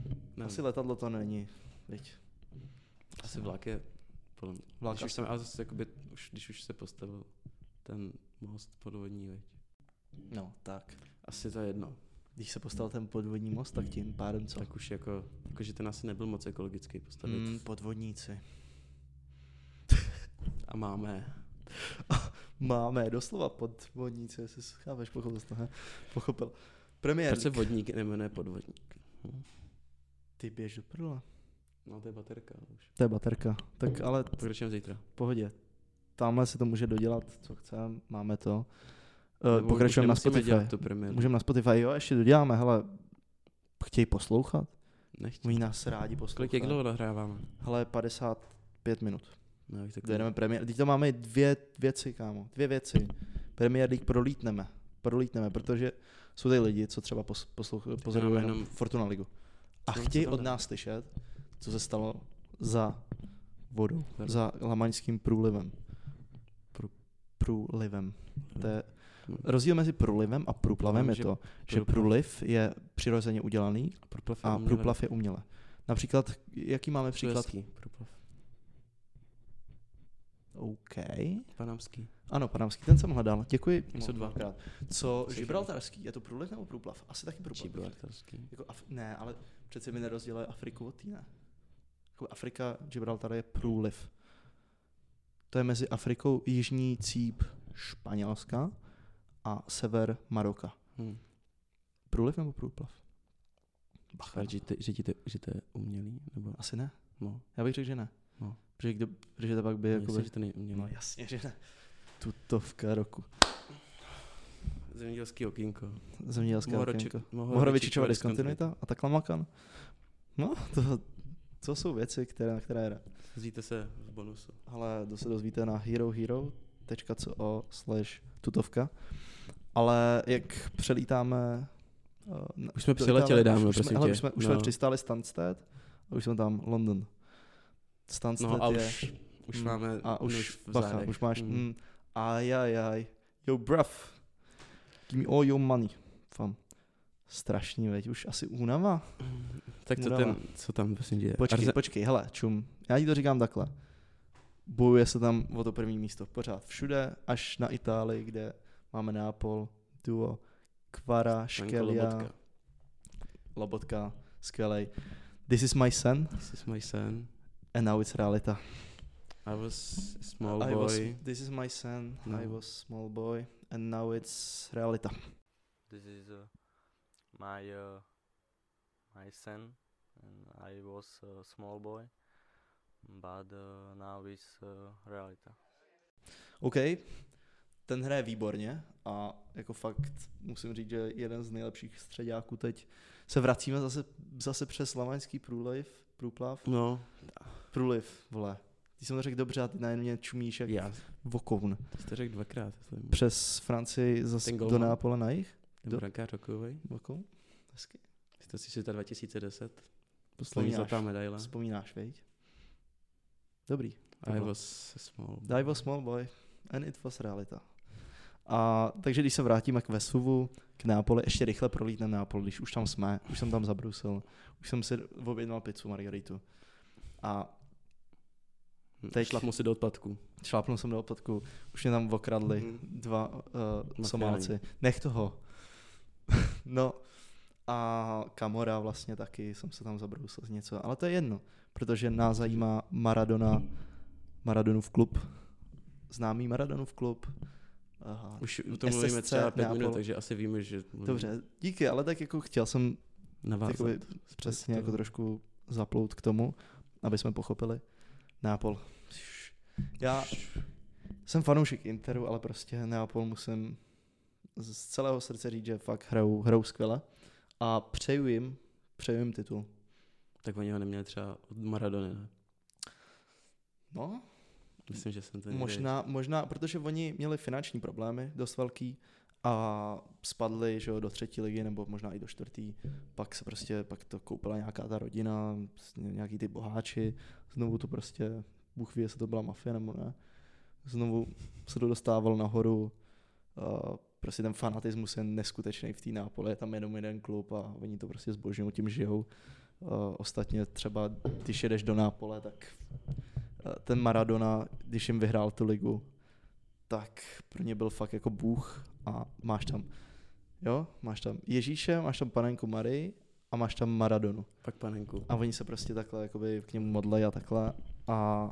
B: nevím.
C: Asi letadlo to není, viď?
B: Asi vlak je, podle mě.
C: Vlak
B: Když už,
C: asi.
B: jsem, ale zase, jakoby, už, když už se postavil ten most podvodní, veď.
C: No, tak.
B: Asi to je jedno.
C: Když se postavil ten podvodní most, tak tím pádem co?
B: Tak už jako, jako, že ten asi nebyl moc ekologický postavit.
C: Mm,
B: Mm.
C: podvodníci.
B: A máme.
C: Máme, doslova podvodníci, jestli se chápeš, pochopil jsi to, he? Pochopil. Premiér,
B: Proč se prostě vodník nejmenuje podvodník?
C: ty běž do prdla.
B: No to je baterka už.
C: To je baterka. Tak ale
B: Pokračujeme zítra.
C: v pohodě. Tamhle se to může dodělat, co chceme, máme to.
B: Nebo
C: Uh,
B: už
C: pokračujeme na
B: nemusíme
C: Spotify.
B: dělat tu premiéru. Můžeme...
C: Můžeme na Spotify, jo, ještě doděláme, hele, chtějí poslouchat?
B: Nechť.
C: Oni nás rádi poslouchají.
B: Kolik jak dlouho nahráváme?
C: Hele, 55 minut.
B: No, jak to
C: Dojedeme premiér. Teď tam máme dvě věci, kámo. Dvě věci. Premier League prolítneme. Prolítneme, protože jsou tady lidi, co třeba pos- poslouch- pozorují
B: máme
C: jenom
B: jenom-
C: Fortuna Ligu. A
B: No,
C: chtějí
B: co tam
C: od
B: dá?
C: nás slyšet, co se stalo za vodou, za lamaňským průlivem. Prů, průlivem. To je, rozdíl mezi průlivem a průplavem
B: Tam,
C: je
B: že
C: to, že průliv je přirozeně udělaný
B: Proplav
C: a průplav je uměle. Například, jaký máme příklad?
B: Příkladský. Proplav.
C: OK.
B: Panamský.
C: Ano, panamský, ten jsem hledal. Děkuji.
B: Jsou dva.
C: Mnohokrát. Co
B: Jsi
C: Gibraltarský? Je to průliv nebo průplav? Asi taky průplav.
B: Gibraltarský.
C: Jako Af- ne, ale přece mi nerozděluje Afriku od týna. Jako Afrika, Gibraltar je průliv. To je mezi Afrikou jižní cíp Španělska a sever Maroka.
B: Hm.
C: Průliv nebo průplav? Bacha,
B: Fakt, že, ty, že, ti to, že to je umělý? Nebo,
C: asi ne.
B: no,
C: Já bych řekl, že ne.
B: No.
C: Protože, kdo, protože to pak by...
B: je
C: Jakoby...
B: myslím, že to není umělý.
C: No jasně, že ne. Tutovka roku.
B: Zemědělský okýnko.
C: Zemědělské
B: Mohoroči-
C: okénko.
B: Mohorovičičova
C: jako- Mohorovičičova
B: diskontinuita.
C: diskontinuita a takhle makan. No, to, to jsou věci, které, na které jde.
B: Zvíte se v bonusu.
C: Ale to se dozvíte na herohero.co slash tutovka. Ale jak přelítáme... eh,
B: Už jsme
C: to-
B: přiletěli
C: to-
B: dávno,
C: už, jsme,
B: prosím
C: ale
B: tě.
C: už jsme, už
B: No.
C: jsme přistáli Stansted a už jsme tam London. Stansted
B: No a
C: je...
B: už, už
C: Mm.
B: máme
C: A
B: nůž
C: už,
B: v
C: bacha,
B: zádech.
C: už máš,
B: Mm.
C: mm, ajajaj, yo bruv, give me all your money, fam. Strašný, veď, už asi únava.
B: Tak co,
C: Murava.
B: ten, co tam prosím tě je?
C: No Počkej,
B: Arze-
C: počkej, hele, čum, já ti to říkám takhle. Bojuje se tam o to první místo pořád, všude, až na Itálii, kde máme Nápol, Duo, Kvara,
B: Špenko,
C: Škelia,
B: Lobotka.
C: Lobotka, skvělej. This is my son,
B: This is my son.
C: and now it's realita.
B: I was a small
C: I
B: boy.
C: was, this is my son, I
B: No.
C: was small boy, and now it's realita.
E: This is uh, my uh, my son, and I was a small boy, but uh, now it's uh, realita.
C: OK, ten hraje výborně a jako fakt musím říct, že jeden z nejlepších středáků teď. Se vracíme zase, zase přes Lamaňský průliv, průplav,
B: No,
C: průliv, vole. Ty jsem to řekl dobře a ty najednou mě čumíš jak
B: já.
C: vokoun.
B: To jste řekl dvakrát. Myslím.
C: Přes Francii zase
B: Ten
C: do
B: golman.
C: Nápole na jich.
B: Ten
C: do-
B: brankář rokový.
C: Vokoun? Hezky.
B: Jste si světa 2010. Poslední
C: Vzpomínáš.
B: zlatá medaile.
C: Vzpomínáš, veď? Dobrý.
B: I
C: byla.
B: was a small boy.
C: I was small boy and it was realita. A takže když se vrátíme k Vesuvu, k Nápoli, ještě rychle prolítneme Nápol, když už tam jsme, už jsem tam zabrusil, už jsem si objednal pizzu Margaritu. A
B: Hm,
C: teď
B: šla
C: lap-
B: mu si do odpadku.
C: šlápnul jsem do odpadku, už mě tam okradli
B: Mhm.
C: dva uh,
B: Mafiáni.
C: Somáci. Nech toho. no a Kamora vlastně taky, jsem se tam zabrousil z něco, ale to je jedno, protože nás zajímá Maradona, Maradonův klub, známý Maradonův klub. Aha.
B: Už o tom mluvíme
C: SSC
B: třeba pět
C: Neapol.
B: minut, takže asi víme, že mluvíme
C: Dobře, díky, ale tak jako chtěl jsem
B: navázat.
C: Takový
B: Prostě
C: přesně jako trošku zaplout k tomu, aby jsme pochopili. Nápol. Já jsem fanoušek Interu, ale prostě Neapol musím z celého srdce říct, že fakt hrajou, hrajou skvěle a přeju jim, přeju jim titul.
B: Tak oni ho neměli třeba od Maradony. ne?
C: No,
B: Myslím, že jsem to někde-
C: možná, možná, protože oni měli finanční problémy dost velký a spadli že jo, do třetí ligy nebo možná i do čtvrtý. Pak se prostě, pak to koupila nějaká ta rodina, s- nějaký ty boháči, znovu to prostě, Bůh ví, jestli to byla mafie nebo ne. Znovu se to dostával nahoru. Uh, prostě ten fanatismus je neskutečný v té nápole, je tam jenom jeden klub a oni to prostě zbožňují, tím žijou. Uh, ostatně třeba, když jedeš do Nápole, tak eh, ten Maradona, když jim vyhrál tu ligu, tak pro ně byl fakt jako bůh a máš tam, jo, máš tam Ježíše, máš tam panenku Marii a máš tam Maradonu.
B: Pak panenku.
C: A oni se prostě takhle jakoby k němu modlej a takhle a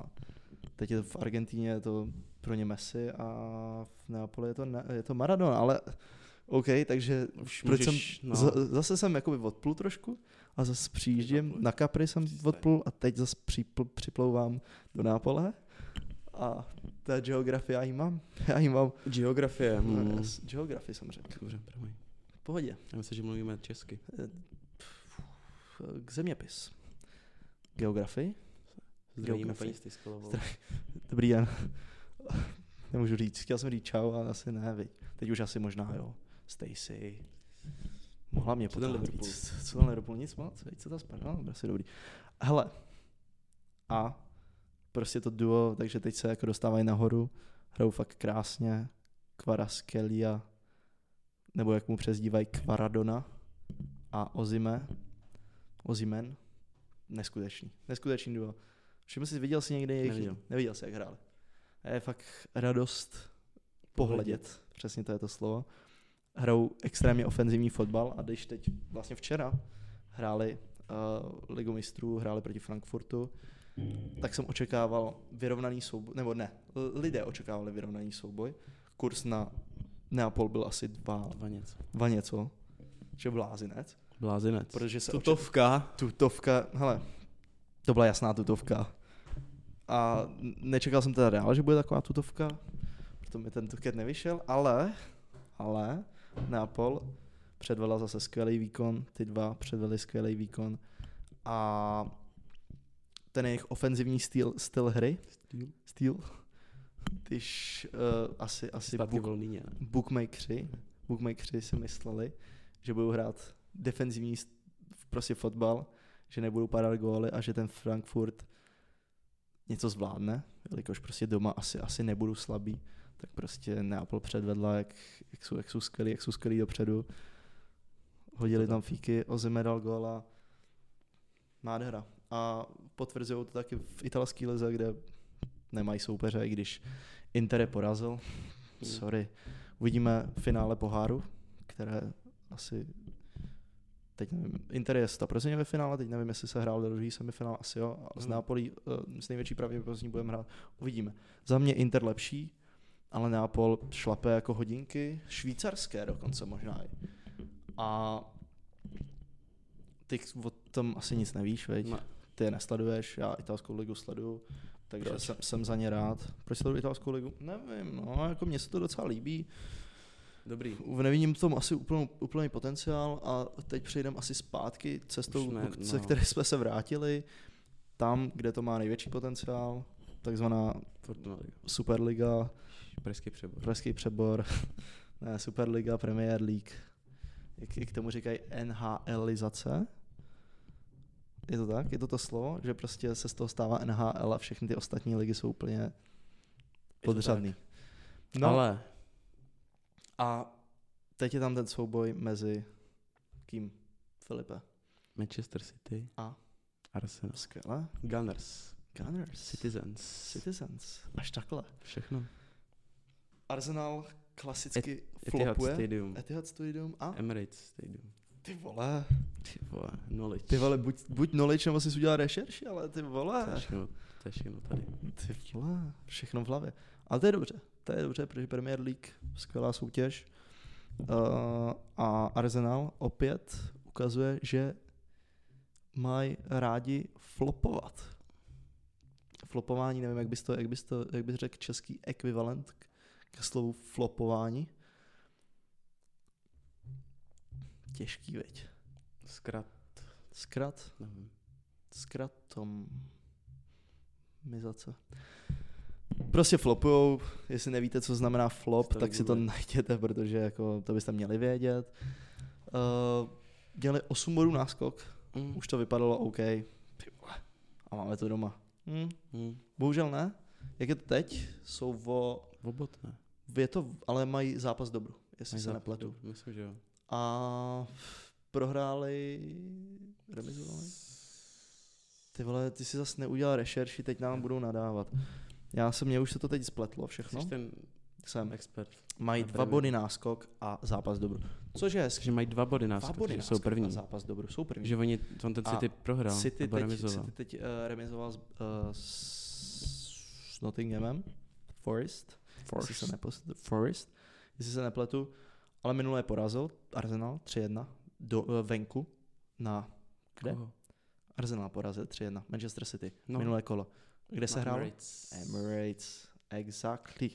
C: teď je to v Argentíně je to pro ně Messi a v Neapoli je to, ne, je to Maradona, ale OK, takže
B: Už
C: proč
B: můžeš,
C: jsem,
B: no,
C: z, zase jsem jakoby odplul trošku a zase přijíždím,
B: Zaplul.
C: na Capri jsem
B: Přistane.
C: odplul a teď zase připl, připlouvám do Nápole a ta geografie, já ji mám, já ji mám,
B: Geografie.
C: hmm.
B: Mm.
C: no, s- geografii jsem řekl,
B: Dobře, promiň.
C: v pohodě,
B: Já myslím, že mluvíme česky.
C: k zeměpis, geografii,
B: Zdravíme
C: Geografii.
B: paní Styskolovou.
C: Zdra- Dobrý den. Nemůžu říct, chtěl jsem říct čau, ale asi ne, viď. Teď už asi možná, jo. Stacy. Mohla mě
B: Co ten
C: potáhat
B: Liverpool?
C: víc. Co ten Liverpool? Nic moc, viď, co ta spadla? Dobrý, asi dobrý. Hele. A prostě to duo, takže teď se jako dostávají nahoru. Hrajou fakt krásně. Kvaraskelia, nebo jak mu přezdívají Kvaradona a Ozime. Ozimen. Neskutečný. Neskutečný duo. Všiml jsi, viděl jsi někdy jejich?
B: Neviděl.
C: Neviděl jsi, jak hráli. A je fakt radost pohledět. Přesně to je to slovo. Hrajou extrémně ofenzivní fotbal a když teď vlastně včera hráli uh, Ligu mistrů, hráli proti Frankfurtu, tak jsem očekával vyrovnaný souboj, nebo ne, l- lidé očekávali vyrovnaný souboj. kurz na Neapol byl asi dva,
B: Dva něco.
C: dva něco, že blázinec,
B: Blázinec.
C: protože se oči-
F: Tutovka.
C: tutovka, hele, to byla jasná tutovka. A nečekal jsem teda reál, že bude taková tutovka, proto mi ten tuket nevyšel, ale, ale Neapol předvedla zase skvělý výkon, ty dva předvedli skvělý výkon a ten jejich ofenzivní styl, styl hry,
B: Styl?
C: styl, když uh, asi, asi
B: Taky
C: Buk,
B: volný, ne?
C: bookmakeři, bookmakeři si mysleli, že budou hrát defenzivní st- prostě fotbal, že nebudou padat góly a že ten Frankfurt něco zvládne, jelikož prostě doma asi, asi nebudou slabí, tak prostě Neapol předvedla, jak, jak, jsou, jak jsou skvělí, jak jsou skvělí dopředu. Hodili tam fíky, Ozime dal góla. Nádhera. A potvrzují to taky v italské lize, kde nemají soupeře, i když Inter je porazil. Sorry, Uvidíme finále poháru, které asi teď nevím, Inter je 100% ve finále, teď nevím, jestli se hrál do druhý semifinále, asi jo, a s
B: Hmm.
C: Nápolí eh, s největší pravděpodobností budeme hrát. Uvidíme. Za mě Inter lepší, ale Nápol šlape jako hodinky, švýcarské dokonce možná i. A ty o tom asi nic nevíš, veď?
B: Ne.
C: Ty je nesleduješ, já italskou ligu sleduju, takže
B: Proč?
C: jsem, jsem, za ně rád. Proč sleduju italskou ligu? Nevím, no, jako mně se to docela líbí.
B: Dobrý.
C: Nevidím v tom asi úplnou, úplný potenciál a teď přejdeme asi zpátky cestou,
B: Už
C: ne,
B: ne,
C: no. se
B: no.
C: které jsme se vrátili, tam, kde to má největší potenciál, takzvaná
B: Fortuna Liga.
C: Superliga,
B: Pražský přebor.
C: Pražský přebor, ne, Superliga, Premier League, jak, jak tomu říkají NHLizace. Je to tak? Je to to slovo? Že prostě se z toho stává NHL a všechny ty ostatní ligy jsou úplně podřadný.
B: No. Ale
C: A teď je tam ten souboj mezi kým? Filipe.
B: Manchester City
C: A?
B: Arsenal.
C: Skvěle.
B: Gunners.
C: Gunners.
B: Citizens.
C: Citizens. Až takhle.
B: Všechno.
C: Arsenal klasicky Et,
B: Etihad
C: flopuje.
B: Stadium.
C: Etihad Stadium a
B: Emirates Stadium.
C: ty vole,
B: Ty vole, Knowledge.
C: ty vole, buď, buď Knowledge nebo jsi udělal rešerši, ale ty
B: To je
C: vole,
B: všechno, to je všechno tady.
C: ty vole, všechno v hlavě. Ale to je dobře, to je dobře, protože Premier League, skvělá soutěž. Uh, a Arsenal opět ukazuje, že mají rádi flopovat. Flopování, nevím, jak bys to, jak bys to, jak bys řekl český ekvivalent k, k slovu flopování. Těžký, veď.
B: Zkrat,
C: Zkrat,
B: nevím.
C: zkratomizace. Prostě flopujou, jestli nevíte, co znamená flop,
B: Stavy
C: tak si to
B: Google.
C: najděte, protože jako to byste měli vědět. Uh, dělali 8 bodů náskok,
B: Mm.
C: už to vypadalo OK. Ty vole. A máme to doma. Hmm.
B: Mm.
C: Bohužel ne. Jak je to teď? Jsou o,
B: Obot ne.
C: je to, ale mají zápas dobru, jestli
B: Mají
C: se
B: zápas
C: nepletu.
B: dobrý, Myslím, že jo.
C: A prohráli, remizovali. Ty vole, ty si zase neudělal rešerši, teď nám budou nadávat. Já jsem, mě už se to teď spletlo všechno.
B: Jsi ten
C: Jsem.
B: expert.
C: Mají
B: na
C: dva
B: první.
C: body náskok a zápas dobru. Což je hezky.
B: Takže mají dva body
C: Dva
B: náskok,
C: body
B: že jsou
C: náskok a
B: první.
C: zápas dobru. Jsou první.
B: Že oni, on ten
C: A
B: City prohrál.
C: City
B: nebo
C: teď,
B: remizoval.
C: City teď uh, remizoval s, uh, s s Nottinghamem. Forest. Forest. Jestli se, nepos- Forest, jestli se nepletu, ale minule porazil Arsenal 3-1 do, uh, venku na kde?
B: Koho?
C: Arsenal porazil 3-1 Manchester City no.
B: No.
C: minulé kolo. Kde se
B: Na
C: hrál?
B: Emirates.
C: Emirates. Exactly.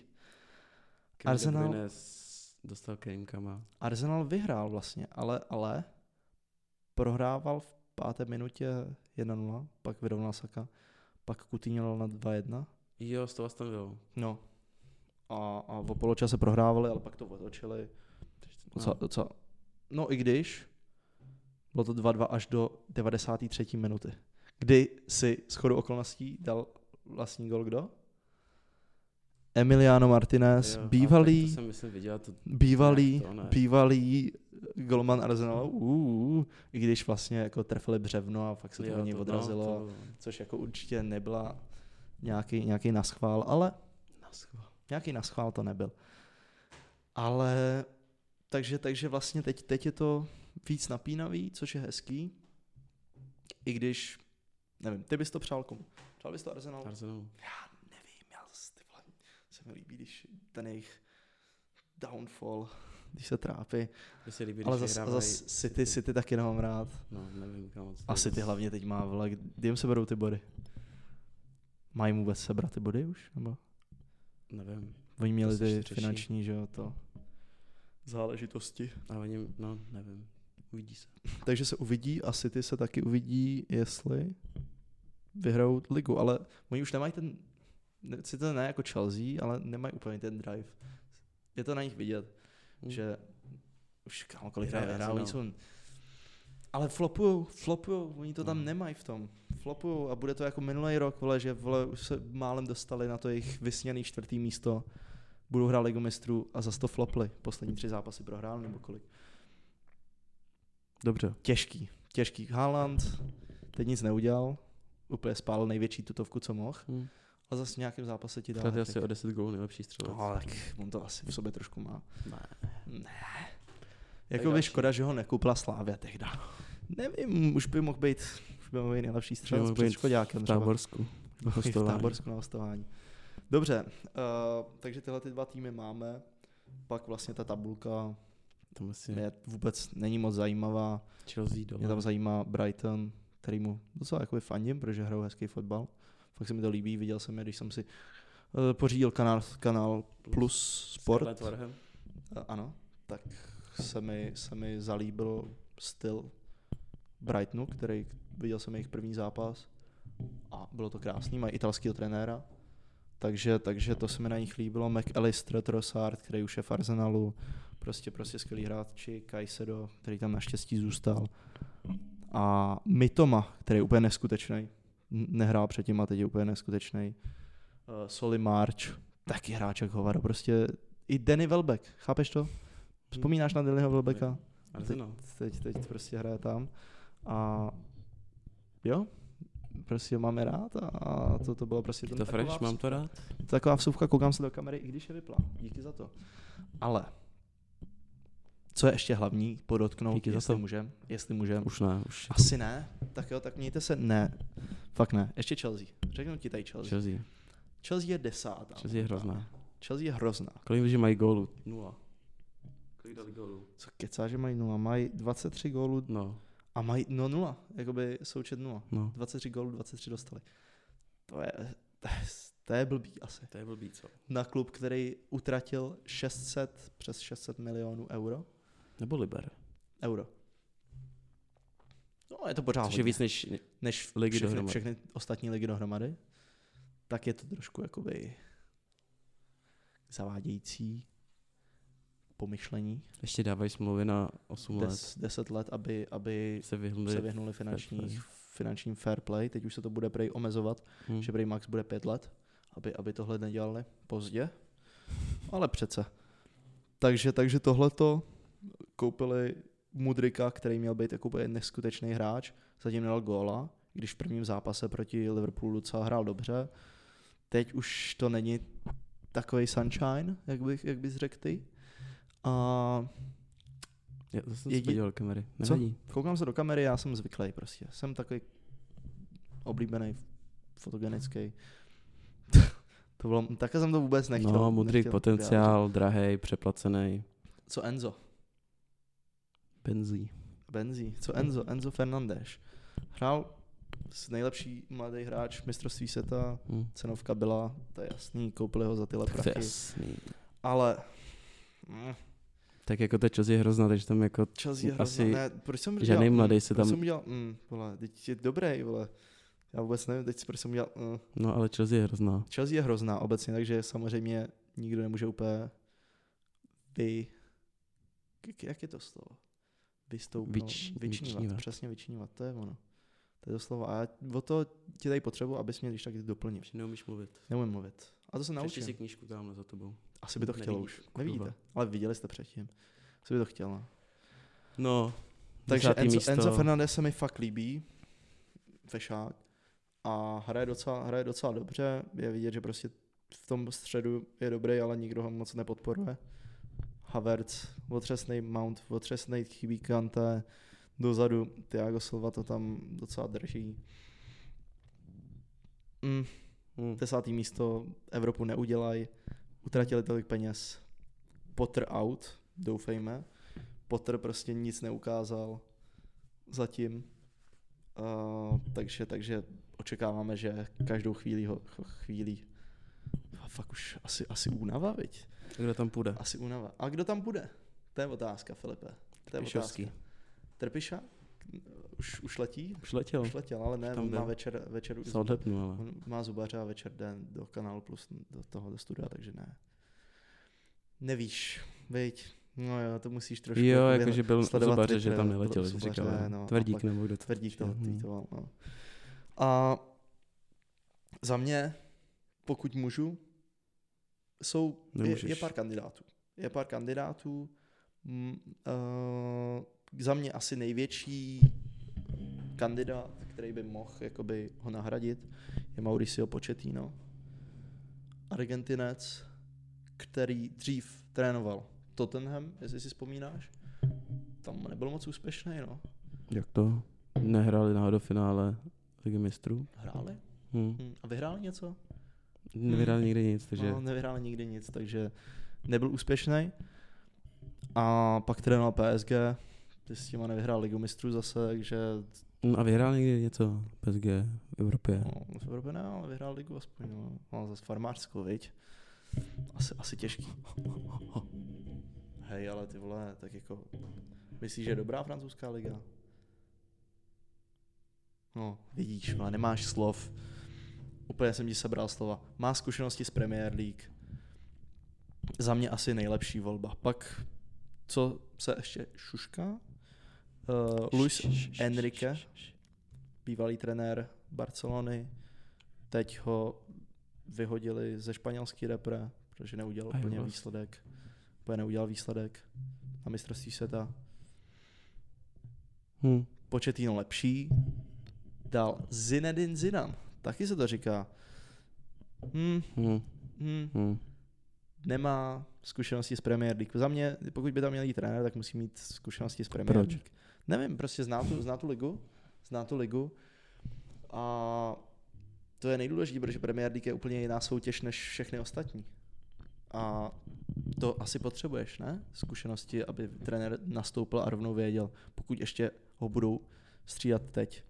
B: Kevin
C: Arsenal-
B: De Bruyne s- dostal kýmkama.
C: Arsenal vyhrál vlastně, ale, ale prohrával v páté minutě 1-0, pak vyrovnal Saka, pak Coutinho dal na 2-1.
B: Jo, s tou Aston Villou.
C: No. A, a v poločase prohrávali, ale pak to otočili. Docela,
B: No.
C: docela. No i když, bylo to 2-2 až do 93. minuty, kdy si shodou okolností dal vlastní gol kdo? Emiliano Martinez,
B: Jo,
C: jo,
B: ale
C: bývalý,
B: tak To jsem, myslím, viděl. To,
C: bývalý,
B: to ne.
C: bývalý golman Arsenalu, uh, i když vlastně jako trefili břevno a fakt se to
B: jo,
C: od něj
B: no,
C: odrazilo,
B: to bylo
C: což jako určitě nebyla nějaký, nějaký naschvál, ale
B: na schvál.
C: Nějaký naschvál to nebyl. Ale takže, takže vlastně teď, teď je to víc napínavý, což je hezký. I když, nevím, ty bys to přál komu? Přál bys to Arsenalu?
B: Arsenalu.
C: Já nevím, já zase, ty vole, se mi líbí, když ten jejich downfall, když se trápí.
B: Mně se líbí,
C: Ale
B: když
C: zase
B: vyhrávají
C: zas City, City taky nemám rád.
B: No, nevím, kam moc.
C: A City hlavně teď má, vole, kdy jim se berou ty body? Mají mu vůbec sebrat ty body už? Nebo?
B: Nevím.
C: Oni měli
B: se ještě
C: ty
B: řeší.
C: finanční, že jo, to. Záležitosti.
B: A oni, no, nevím. Uvidí se.
C: Takže se uvidí a City se taky uvidí, jestli vyhrajou ligu, ale oni už nemají ten, ne- City ne jako Chelsea, ale nemají úplně ten drive. Je to na nich vidět,
B: Hm.
C: že už kámo, kolikrát
B: Vyhraje
C: vyhrál,
B: Arsenal.
C: oni jsou... Ale flopujou, flopujou, oni to tam
B: No.
C: nemají v tom. Flopujou a bude to jako minulý rok, vole, že vole, už se málem dostali na to jejich vysněný čtvrtý místo, budou hrát ligu mistrů a zase to flopli. Poslední tři zápasy prohráli nebo kolik
B: Dobře.
C: těžký. Těžký Haaland, teď nic neudělal, úplně spálil největší tutovku, co mohl,
B: Hm.
C: a zase v nějakém zápase ti dá.
B: Fred je asi
C: hat-trick.
B: o 10 gólů nejlepší střelec.
C: no, tak on to asi v sobě trošku má.
B: Ne.
C: ne. Jako by škoda, že ho nekoupila Slávia tehda. Nevím, už by mohl být, už by mohl být nejlepší
B: Že
C: střelec
B: mohl
C: před
B: být
C: Škodákem.
B: V
C: třeba. No,
B: Táborsku.
C: I v
B: Hostování.
C: táborsku na hostování. Dobře, uh, takže tyhle ty dva týmy máme. Pak vlastně ta tabulka
B: Tam asi
C: je vůbec není moc zajímavá.
B: Chelsea
C: Mě
B: dole.
C: tam zajímá Brighton, který mu docela jakoby fandím, protože hrajou hezký fotbal. Fakt se mi to líbí, viděl jsem je, když jsem si eh, pořídil kanál, kanál Plus Sport.
B: Warham.
C: Eh, Ano, tak se mi, se mi zalíbil styl Brightonu, který viděl jsem jejich první zápas a bylo to krásný, mají italského trenéra, takže, takže to se mi na nich líbilo, McAllister, Trossard, který už je v Arsenalu, prostě, prostě skvělý hráči, Kajsedo, který tam naštěstí zůstal a Mitoma, který je úplně neskutečný, nehrál předtím a teď je úplně neskutečný, uh, Soli March, taky hráč jak hovado, prostě i Danny Welbeck, chápeš to? Vzpomínáš na Dannyho Welbecka?
B: Arsenal.
C: Teď, teď prostě hraje tam. A jo, prostě máme rád a, a to, to bylo prostě
B: Je
C: ten-
B: to
C: taková
B: French, mám to rád.
C: vsuvka- Taková vsuvka, koukám se do kamery, i když je vypla. Díky za to. Ale co je ještě hlavní podotknout,
B: Díky za
C: jestli
B: to.
C: můžem, jestli můžem.
B: Už ne, už
C: Asi ne, tak jo, tak mějte se, ne, fakt ne, ještě Chelsea, řeknu ti tady Chelsea.
B: jako Chelsea.
C: Chelsea je desátá.
B: Chelsea je hrozná.
C: Chelsea je hrozná.
B: Kolik že mají gólů? Nula. No, Kolik dali gólů?
C: Co kecá, že mají nula, mají 23 gólů
B: No,
C: a mají, no nula, jakoby součet nula.
B: no.
C: 23 gólů, 23 dostali. To je, to je, to je blbý asi.
B: To je blbý, co?
C: Na klub, který utratil 600, přes 600 milionů euro.
B: Nebo Liber.
C: Euro. No, je to pořád
B: Což je
C: hodně.
B: víc než...
C: než
B: ligy
C: ligy všechny,
B: dohromady.
C: všechny ostatní ligy dohromady. Tak je to trošku jakoby zavádějící pomyšlení.
B: Ještě dávají smlouvy na 8 let.
C: Des, 10 let, aby, aby
B: Se
C: se
B: vyhnuli.
C: vyhnuli finanční,
B: play.
C: finančním fair play. Teď už se to bude prej omezovat
B: Hm.
C: že prý max bude pět let, aby, aby tohle nedělali pozdě, ale přece. Takže, takže tohleto koupili Mudrika, který měl být jako úplně neskutečný hráč, zatím dal góla, když v prvním zápase proti Liverpoolu docela hrál dobře. Teď už to není takový sunshine, jak, bych, jak bys řekl ty. A
B: Já zase jsem
C: Je-
B: se
C: je-
B: podíval do kamery. Nevadí.
C: koukám se do kamery, já jsem zvyklý prostě. Jsem takový oblíbený, fotogenický. to bylo, také jsem to vůbec nechtěl.
B: no, modrý
C: nechtěl
B: potenciál, drahej, přeplacený.
C: vyjádřit. Co Enzo?
B: Penzí.
C: Benzí. Co Enzo? Enzo Fernandez. Hrál s nejlepší mladý hráč mistrovství světa.
B: Hm.
C: Cenovka byla, to je jasný, koupili ho za tyhle
B: Tak to je
C: prachy.
B: jasný.
C: Ale mm,
B: Tak jako ta Chelsea je hrozná, takže tam jako
C: Chelsea je
B: Asi
C: hrozná. Ne, proč jsem
B: žádný
C: udělal? mm,
B: mladý se
C: Proč
B: tam-
C: jsem udělal? Mm, vole, teď je dobrý, vole. Já vůbec nevím, teď proč jsem udělal... Mm.
B: No ale Chelsea je hrozná.
C: Chelsea je hrozná obecně, takže samozřejmě nikdo nemůže úplně vy... k- Jak je to slovo? Vystoupnout.
B: Vyč- vyčnívat.
C: Přesně vyčnívat, to je ono. To je to slovo. A já o to ti tady potřebu, abys mě když tak doplnil.
B: neumíš mluvit.
C: Neumím mluvit. A to se naučím.
B: si knížku tamhle za tebou.
C: Asi by to chtělo
B: Nevidíš,
C: už.
B: kurva.
C: Nevidíte, ale viděli jste předtím. Asi by to chtělo.
B: No,
C: Takže
B: desátý
C: Enzo,
B: místo.
C: Enzo Fernandez se mi fakt líbí, fešák, a hraje docela, hraje docela dobře, je vidět, že prostě v tom středu je dobrý, ale nikdo ho moc nepodporuje. Havertz, otřesný Mount, otřesný chybí Kante, dozadu Thiago Silva to tam docela drží. Mm,
B: Hm.
C: desátý místo Evropu neudělají, utratili tolik peněz, Potter out, doufejme. Potter prostě nic neukázal zatím. Uh, takže, takže očekáváme, že každou chvíli ho, cho- chvíli a fakt už asi, asi únava, viď?
B: Kdo tam půjde?
C: Asi únava. A kdo tam bude? To je otázka, Filipe. To je
B: Trpišovský. No.
C: otázka. Trpiša? Už, už letí?
B: Už letěl.
C: Už letěl, ale ne,
B: tam
C: on má
B: byl.
C: večer, večer už
B: Se odlepnul, ale.
C: On má zubaře a večer jde do kanálu plus do toho do studia, takže ne. Nevíš, veď. No jo, to musíš trošku jako
B: Jo,
C: jakoby
B: jakože byl u
C: sledovat
B: zubaře, že
C: Twitter,
B: tam
C: no,
B: neletěl, že
C: pro- zubaře,
B: říkal.
C: no, a
B: Tvrdík
C: pak
B: nebo kdo to
C: Tvrdík toho
B: Hmm.
C: tweetoval, no. A za mě, pokud můžu, jsou, je, je
B: Nemůžeš.
C: pár kandidátů. Je pár kandidátů. Mm, eh, za mě asi největší kandidát, který by mohl jakoby, ho nahradit, je Mauricio Pochettino. Argentinec, který dřív trénoval Tottenham, jestli si vzpomínáš. Tam nebyl moc úspěšný, no.
B: Jak to? Nehráli náhodou v finále Ligy mistrů?
C: Hráli?
B: Hm.
C: Hm, A vyhráli něco?
B: Nevyhráli nikdy nic,
C: Takže...
B: takže
C: Hmm. No, nevyhrál nikdy nic, takže nebyl úspěšný. A pak trénoval PSG, ty s těma nevyhrál ligu mistrů zase, takže
B: No a vyhrál někdy něco PSG v Evropě.
C: no, v Evropě ne, ale vyhrál ligu aspoň, no, no zase farmářskou, viď? Asi, asi těžký. Hej, ale ty vole, tak jako, myslíš, že je dobrá francouzská liga? No, vidíš, ale nemáš slov. Úplně jsem ti sebral slova. Má zkušenosti z Premier League. Za mě asi nejlepší volba. Pak, co se ještě šušká? Uh, Luis Enrique, bývalý trenér Barcelony, teď ho vyhodili ze španělský repre, protože neudělal
B: A jo,
C: úplně
B: vlastně.
C: výsledek. Úplně neudělal výsledek na mistrovství světa. No.
B: Hm.
C: Početíno lepší. Dál Zinedine Zidane. Taky se to říká. Hmm,
B: Hm.
C: hmm,
B: Hm.
C: nemá zkušenosti z Premier League. Za mě, pokud by tam měl jít trenér, tak musí mít zkušenosti z Premier
B: Proč?
C: League. Nevím, prostě zná tu, zná tu ligu. Zná tu ligu. A to je nejdůležitější, protože Premier League je úplně jiná soutěž než všechny ostatní. A to asi potřebuješ, ne? Zkušenosti, aby trenér nastoupil a rovnou věděl, pokud ještě ho budou střídat teď.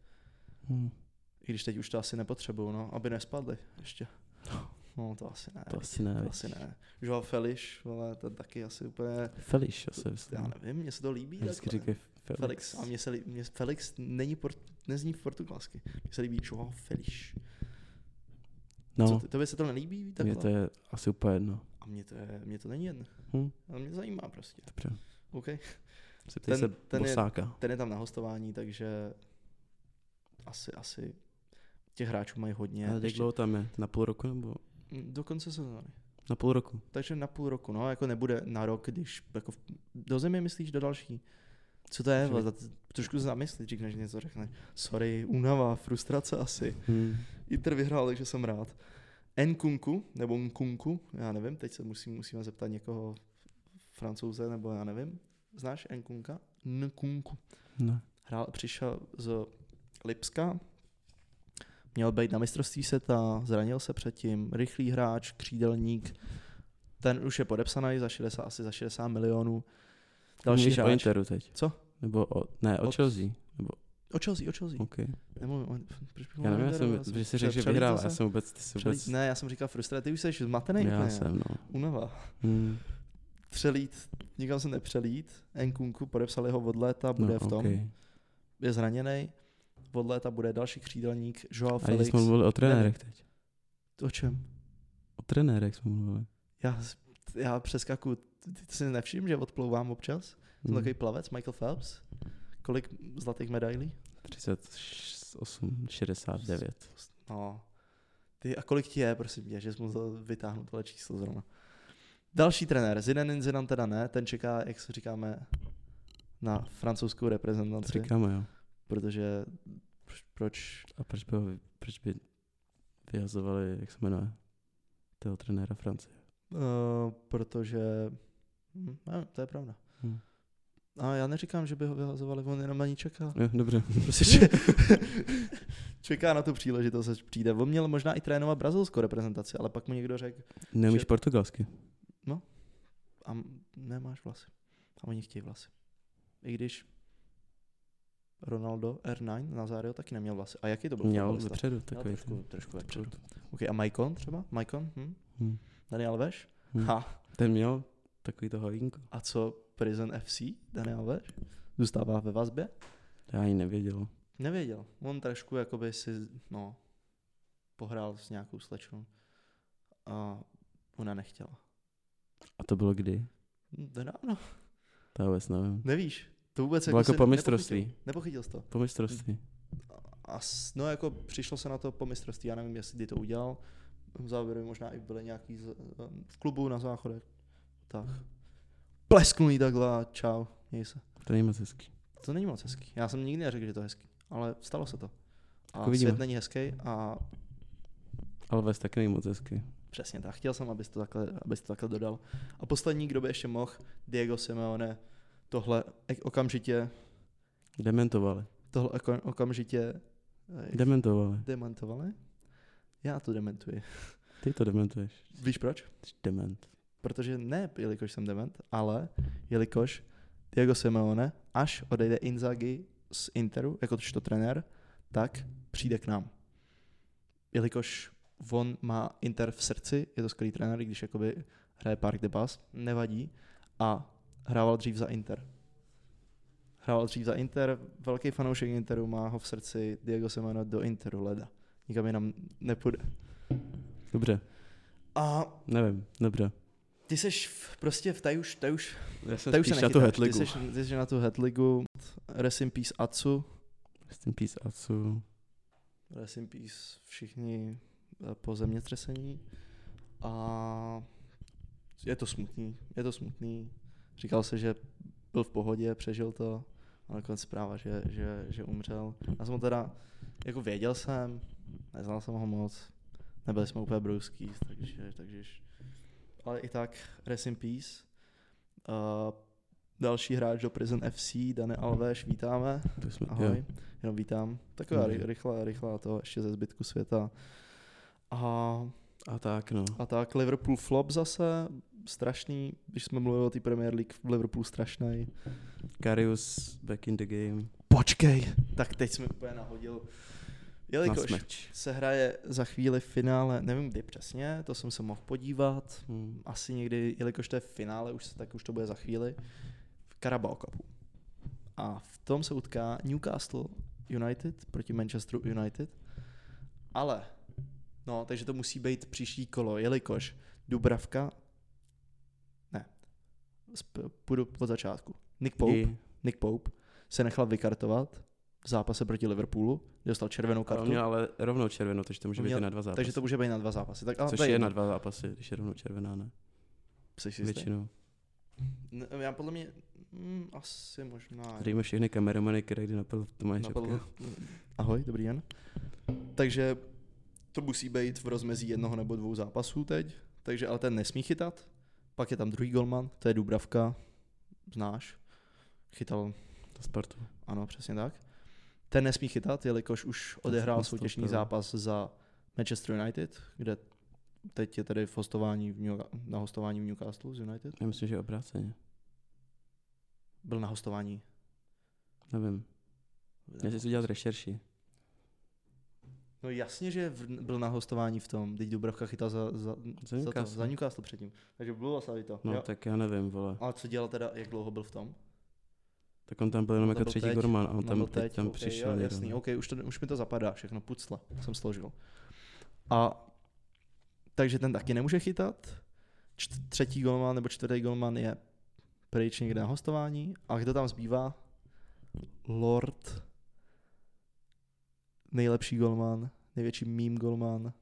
B: Hm.
C: I když teď už to asi nepotřebují, no, aby nespadli ještě. No, to asi ne.
B: To asi ne.
C: To
B: viď.
C: asi ne. Joao Feliš, vole, ten taky asi úplně,
B: Feliš, asi myslím.
C: já nevím, mně se to líbí.
B: Vždycky
C: takhle.
B: říkají
C: Felix.
B: No. Felix.
C: A mně se líbí, mně Felix není port, nezní portugalsky. Mně se líbí Joao Feliš. No. Co,
B: No,
C: ty- tobě se to nelíbí?
B: mně
C: Takhle?
B: to je asi úplně jedno.
C: A mně to, je, mně to není jen.
B: Hm.
C: Ale mě to zajímá prostě.
B: Dobře.
C: OK.
B: Zeptej
C: Ten-
B: se
C: ten je-
B: Bosáka.
C: Ten je tam na hostování, takže asi, asi těch hráčů mají hodně.
B: Ale jak No,
C: Ještě- Mm,
B: dlouho tam je? Na půl roku nebo?
C: Do konce sezóny.
B: Na půl roku.
C: Takže na půl roku, no, jako nebude na rok, když jako v, do země myslíš do další. Co to je?
B: Že by-
C: vole, za- Trošku zamyslit, řík, než něco řekne. Sorry, únava, frustrace asi.
B: Hm.
C: Inter vyhrál, takže jsem rád. Nkunku, nebo Nkunku, já nevím, teď se musím, musíme zeptat někoho francouze, nebo já nevím. Znáš Nkunka? Nkunku.
B: Ne.
C: Hrál, přišel z Lipska, měl být na mistrovství světa, zranil se předtím, rychlý hráč, křídelník, ten už je podepsaný za 60, asi za 60 milionů. Další
B: Mluvíš o
C: hráč.
B: Interu teď.
C: Co?
B: Nebo o, ne, o
C: Od-
B: Chelsea. Nebo,
C: O Chelsea, o Chelsea.
B: OK.
C: Nemluvím, o- proč bych
B: Hm. Já
C: mluvil
B: nevím,
C: o
B: já jsem,
C: Interu,
B: že jsi
C: pře-
B: řekl, že
C: No, přelítl
B: vyhrál. Já
C: jsem.
B: jsem vůbec, ty jsi
C: Přelít,
B: vůbec...
C: ne, já jsem říkal frustrace, ty už jsi zmatený
B: já
C: úplně.
B: jsem, no.
C: Unava.
B: Hm.
C: Přelít, nikam se nepřelít. Nkunku podepsali ho od léta, bude
B: No,
C: v tom.
B: OK.
C: Je zraněný. Od léta bude další křídelník, Joao
B: A když
C: Felix.
B: jsme mluvili o trenérech teď.
C: O čem?
B: O trenérech jsme mluvili.
C: Já, já přeskaku, ty si nevšim, že odplouvám občas? Jsem
B: Hm.
C: takový plavec, Michael Phelps. Kolik zlatých medailí?
B: 38, 69.
C: No. Ty, a kolik ti je, prosím tě, že jsi musel vytáhnout tohle číslo zrovna. Další trenér, Zinedine Zidane teda ne, ten čeká, jak se říkáme, na francouzskou
B: To
C: reprezentaci,
B: říkáme, jo.
C: protože proč- proč,
B: A proč by, ho, vy- proč by vyhazovali, jak se jmenuje, toho trenéra Francie?
C: Uh, protože... Hm, ne, to je pravda.
B: Hm.
C: A já neříkám, že by ho vyhazovali, on jenom na ní čeká.
B: Jo, dobře.
C: Prostě če- čeká na tu příležitost, až přijde. On měl možná i trénovat brazilskou reprezentaci, ale pak mu někdo řekl,
B: Neumíš
C: Že-
B: portugalsky.
C: a m- nemáš vlasy. A oni chtějí vlasy. I když Ronaldo R9 Nazario taky neměl vlasy. A jaký to byl
B: Měl
C: fotbalista?
B: vepředu
C: Měl
B: takový.
C: trošku,
B: ten.
C: trošku vepředu. Ok, a Maicon třeba? Maicon? Hm?
B: Hm.
C: Daniel Veš?
B: Hm.
C: Ha.
B: Ten měl takový to hovínko.
C: A co Prison FC? Daniel Veš? Zůstává ve vazbě?
B: Já ani nevěděl.
C: Nevěděl. On trošku jakoby si, no, pohrál s nějakou slečnou a ona nechtěla.
B: A to bylo kdy?
C: Nedávno,
B: To já vůbec nevím.
C: nevíš. To vůbec
B: Bylo jako
C: se
B: po mistrovství.
C: Nepochytil, nepochytil jsi to.
B: Po mistrovství.
C: A, s- no jako přišlo se na to po mistrovství, já nevím, jestli kdy to udělal. V závěru možná i byly nějaký z, v klubu na záchodech. Tak. Plesknulý takhle a čau, měj se.
B: To není moc hezký.
C: To není moc hezký. Já jsem nikdy neřekl, že to je hezký, ale stalo se to. A
B: Tak uvidíme.
C: svět není hezký a
B: Ale vůbec taky není moc hezký.
C: Přesně tak, chtěl jsem, abys to takhle, abys to takhle dodal. A poslední, kdo by ještě mohl, Diego Simeone, tohle ek- okamžitě,
B: Dementovali.
C: tohle oko- okamžitě eh,
B: Dementovali.
C: dementovali? Já to dementuji.
B: Ty to dementuješ.
C: Víš proč?
B: Jsi dement.
C: Protože ne, jelikož jsem dement, ale jelikož Diego Simeone, až odejde Inzaghi z Interu, jako to trenér, tak přijde k nám. Jelikož on má Inter v srdci, je to skvělý trenér, i když jakoby hraje Park de Bas, nevadí, a hrával dřív za Inter. Hrával dřív za Inter, velký fanoušek Interu, má ho v srdci Diego Simeone do Interu leda. Nikam jinam nepůjde.
B: Dobře,
C: A
B: nevím, dobře.
C: ty seš v- prostě v, tady už, tady už
B: Já jsem
C: Tady už se
B: na tu
C: nechytáš,
B: hetligu.
C: Ty jsi, ty jsi na tu hetligu. Rest in peace Atsu.
B: S tím peace Atsu.
C: Rest in peace všichni eh, po zemětřesení. A je to smutný. Je to smutný. Říkal se, že byl v pohodě, přežil to. A nakonec zpráva, že, že, že umřel. Já jsem ho teda, jako věděl jsem, neznal jsem ho moc. Nebyli jsme úplně brouský, takže, takže... Ale i tak, rest in peace. Uh, další hráč do Prison FC, Dane Alves, vítáme.
B: To jsme,
C: Ahoj,
B: jo.
C: jenom vítám. Taková
B: Ahoj.
C: ry- rychlá, rychlá to ještě ze zbytku světa. A,
B: A tak no.
C: a tak Liverpool flop zase, strašný, když jsme mluvili o té Premier League, Liverpool strašný.
B: Karius back in the game.
C: Počkej, tak teď jsme úplně nahodil.
B: Na
C: Jelikož
B: smeč.
C: se hraje za chvíli finále, nevím kdy přesně, to jsem se mohl podívat.
B: Hmm.
C: Asi někdy, jelikož to je finále, už, tak už to bude za chvíli. V Carabao Cupu. A v tom se utká Newcastle United proti Manchesteru United. Ale, no, takže to musí být příští kolo, jelikož Dubravka, ne, Sp- půjdu od začátku. Nick Pope,
B: I-
C: Nick Pope se nechal vykartovat v zápase proti Liverpoolu, kde dostal červenou
B: Ale
C: kartu,
B: on No, měl ale rovnou červenou, takže to může být
C: Měl-
B: i na dva zápasy.
C: takže to může být na dva zápasy. Tak, ale
B: Což
C: to
B: je
C: jedno.
B: na dva zápasy, když je rovnou červená, ne?
C: Jsi si jistý?
B: Většinou.
C: Ne, Já podle mě, mm, asi možná.
B: Zdejme všechny kameramany, které kdy napadl Tomáš
C: Napadlo.
B: Žabka.
C: Ahoj, dobrý den. Takže to musí být v rozmezí jednoho nebo dvou zápasů teď, takže ale ten nesmí chytat. Pak je tam druhý golman, to je Dubravka, znáš. Chytal,
B: To Spartu.
C: ano, přesně tak. Ten nesmí chytat, jelikož už odehrál
B: nastoupil.
C: soutěžní zápas za Manchester United, kde teď je tady v hostování v New, na hostování v Newcastle z United.
B: Já myslím, že obráceně.
C: Byl na hostování.
B: Nevím. Já si dělat rešerši.
C: No jasně, že v, byl na hostování v tom, teď Dubravka chytal za, za,
B: Za
C: za, to,
B: Newcastle.
C: za Newcastle předtím. Takže bylo asi to.
B: No
C: jo.
B: tak já nevím, vole.
C: Ale co dělal teda, jak dlouho byl v tom?
B: Tak on tam byl jenom
C: On tam
B: jako
C: byl
B: třetí
C: teď,
B: gorman a on
C: No,
B: tam,
C: byl
B: teď, tam
C: ok,
B: přišel.
C: Jo,
B: někdo,
C: jasný,
B: no.
C: ok, už, to, už mi to zapadá, všechno pucle jsem složil. A takže ten taky nemůže chytat. Čt- třetí golman nebo čtvrtý golman je pryč někde na hostování. A kdo tam zbývá? Lord, nejlepší golman, největší meme golman,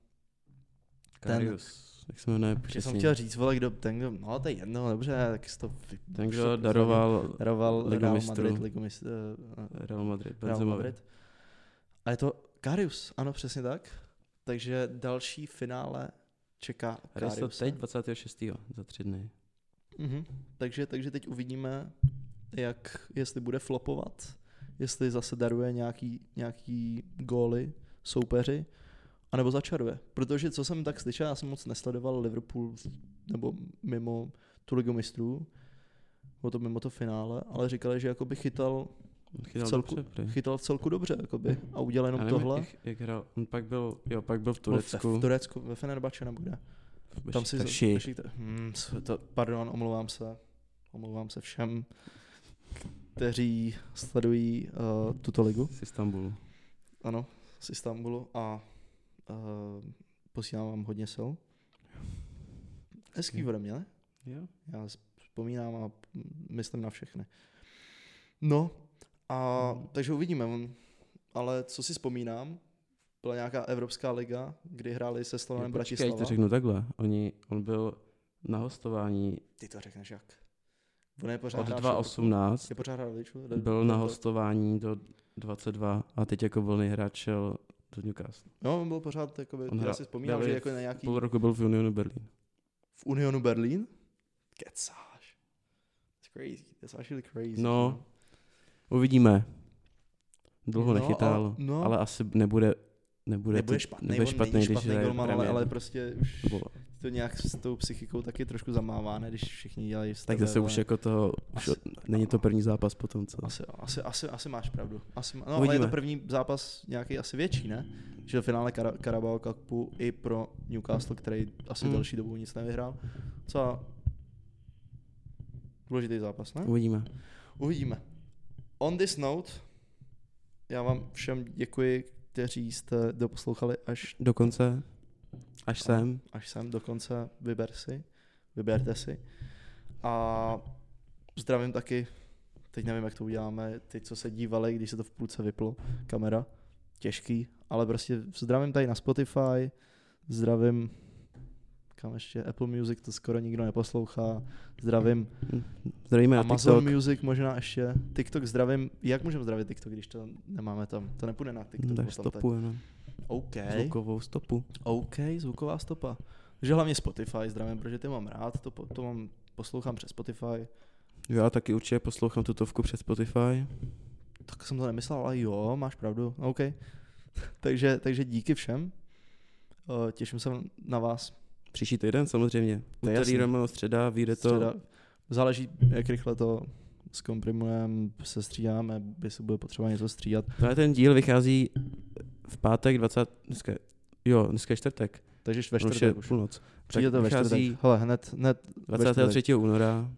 B: Karius. Jak se jmenuje
C: Že jsem
B: přesně.
C: chtěl říct, vole, kdo, ten, kdo, no to je jedno, dobře, tak si to vy,
B: Ten,
C: už
B: kdo
C: to
B: daroval
C: daroval
B: Ligu
C: Real
B: mistrů.
C: Madrid, Ligu mistrů, eh,
B: Real Madrid,
C: Real
B: Benzema.
C: Madrid. A je to Karius, ano, přesně tak. Takže další finále čeká
B: Hraje se to
C: Karius.
B: teď 26. za tři dny.
C: Mhm. Takže, takže teď uvidíme, jak, jestli bude flopovat, jestli zase daruje nějaký, nějaký góly soupeři, anebo začaruje. Protože co jsem tak slyšel, já jsem moc nesledoval Liverpool v- nebo mimo tu ligu mistrů, o to mimo to finále, ale říkali, že jakoby chytal,
B: Chytal
C: celku-
B: dobře, prý.
C: chytal v celku dobře jakoby, a udělal
B: Mhm. Já
C: jenom
B: nevím,
C: tohle.
B: Jak, jak hrál, on pak byl, jo, pak byl v
C: Byl v-
B: Turecku.
C: V Turecku, ve Fenerbahce nebo kde.
B: v
C: Tam si za-
B: Bešiktaši.
C: Bešikta- Hmm, co to, pardon, omlouvám se. Omlouvám se všem, kteří sledují uh, tuto ligu.
B: Z Istanbulu.
C: Ano, z Istanbulu a uh, posílám vám hodně sil. Hezký
B: Taky.
C: ode mě, ne?
B: Jo.
C: Já z- vzpomínám a myslím na všechny. No, a takže uvidíme. On, ale co si vzpomínám, byla nějaká Evropská liga, kdy hráli se
B: Jo,
C: Slovanem
B: Počkej,
C: Bratislava.
B: to řeknu takhle. Oni, on byl na hostování
C: Ty to řekneš jak. On je pořád
B: od
C: hráč
B: 2.18
C: Je pořád hráč Liverpoolu?
B: byl na hostování do 22 a teď jako volný hráč šel do Newcastle.
C: No, on byl pořád, jakoby,
B: On
C: já
B: hrál-
C: si vzpomínám,
B: byl
C: že
B: je
C: jako na nějaký...
B: Půl roku byl v Unionu Berlín.
C: V Unionu Berlín? Kecáš. That's crazy. That's actually crazy.
B: No, Uvidíme. Dlouho no,
C: No,
B: nechytal,
C: ale- no.
B: no. ale asi nebude nebude,
C: Nebude
B: to-
C: špatný, nebude špatný, on není špatný
B: hraje
C: golman, ale,
B: Premier.
C: ale prostě už
B: To bylo-
C: to nějak s tou psychikou taky trošku zamává, ne, když všichni dělají z
B: Tak
C: tebe,
B: zase už
C: vole.
B: jako to, už
C: Asi-
B: od, není to první zápas potom, co?
C: Asi, jo, asi, asi, asi máš pravdu. Asi, má- no, ale je
B: Uvidíme.
C: to první zápas nějaký asi větší, ne? Že do finále Kara- Carabao Cupu i pro Newcastle, který asi
B: Mm.
C: delší dobu nic nevyhrál. Co? Důležitý zápas, ne?
B: Uvidíme.
C: Uvidíme. On this note, já vám všem děkuji, kteří jste doposlouchali až,
B: Dokonce, až sem,
C: až sem do konce. Vyber si, vyberte si. A zdravím taky, teď nevím, jak to uděláme, ty, co se dívali, když se to v půlce vyplo, kamera, těžký, ale prostě zdravím tady na Spotify, zdravím kam ještě, Apple Music, to skoro nikdo neposlouchá, zdravím
B: zdravíme na
C: Amazon
B: TikTok.
C: TikTok. Music možná ještě. TikTok zdravím. Jak můžeme zdravit TikTok, když to nemáme tam? To nepůjde na TikTok.
B: Hm, Tak
C: potom to-
B: stopu jenom,
C: OK.
B: zvukovou stopu.
C: OK, zvuková stopa. Takže hlavně Spotify zdravím, protože ty mám rád, to, po- to mám, poslouchám přes Spotify.
B: Já taky určitě poslouchám tutovku přes Spotify.
C: Tak jsem to nemyslel, ale jo, máš pravdu. No, OK. takže, takže díky všem. Eh, Těším se na vás.
B: Příští týden samozřejmě.
C: To je jasný.
B: Úterý, Romeo, středa, vyjde to.
C: No, Středa. Záleží, jak rychle to zkomprimujeme, se střídáme, jestli bude potřeba něco střídat.
B: Tohle ten díl vychází v pátek 20... Dneska, jo, dneska je čtvrtek.
C: Takže ve
B: Ono už je
C: čtvrtek už.
B: půlnoc.
C: Přijde to ve
B: vychází
C: čtvrtek. Hele, hned, hned
B: 23. února.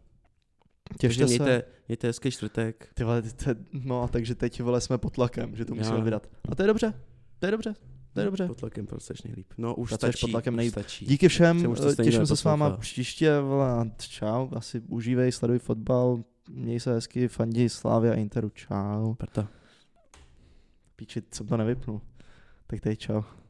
B: Takže
C: Těšte se.
B: mějte, mějte hezký čtvrtek.
C: Ty vole, ty, te, no a takže teď vole jsme pod tlakem, že to
B: Já.
C: musíme vydat. A to je dobře, to je dobře, to je dobře.
B: Pod tlakem pracuješ nejlíp. No už
C: Pracuješ pod
B: stačí.
C: tlakem
B: už
C: nejlíp.
B: stačí.
C: Díky všem,
B: Všem už to
C: eh,
B: stejně
C: těším se s váma
B: neposlouchá.
C: příště, vole, a čau, asi užívej, sleduj fotbal, měj se hezky, fandí Slávy a Interu, čau.
B: Prta.
C: Píči, jsem to nevypnul. Tak teď čau.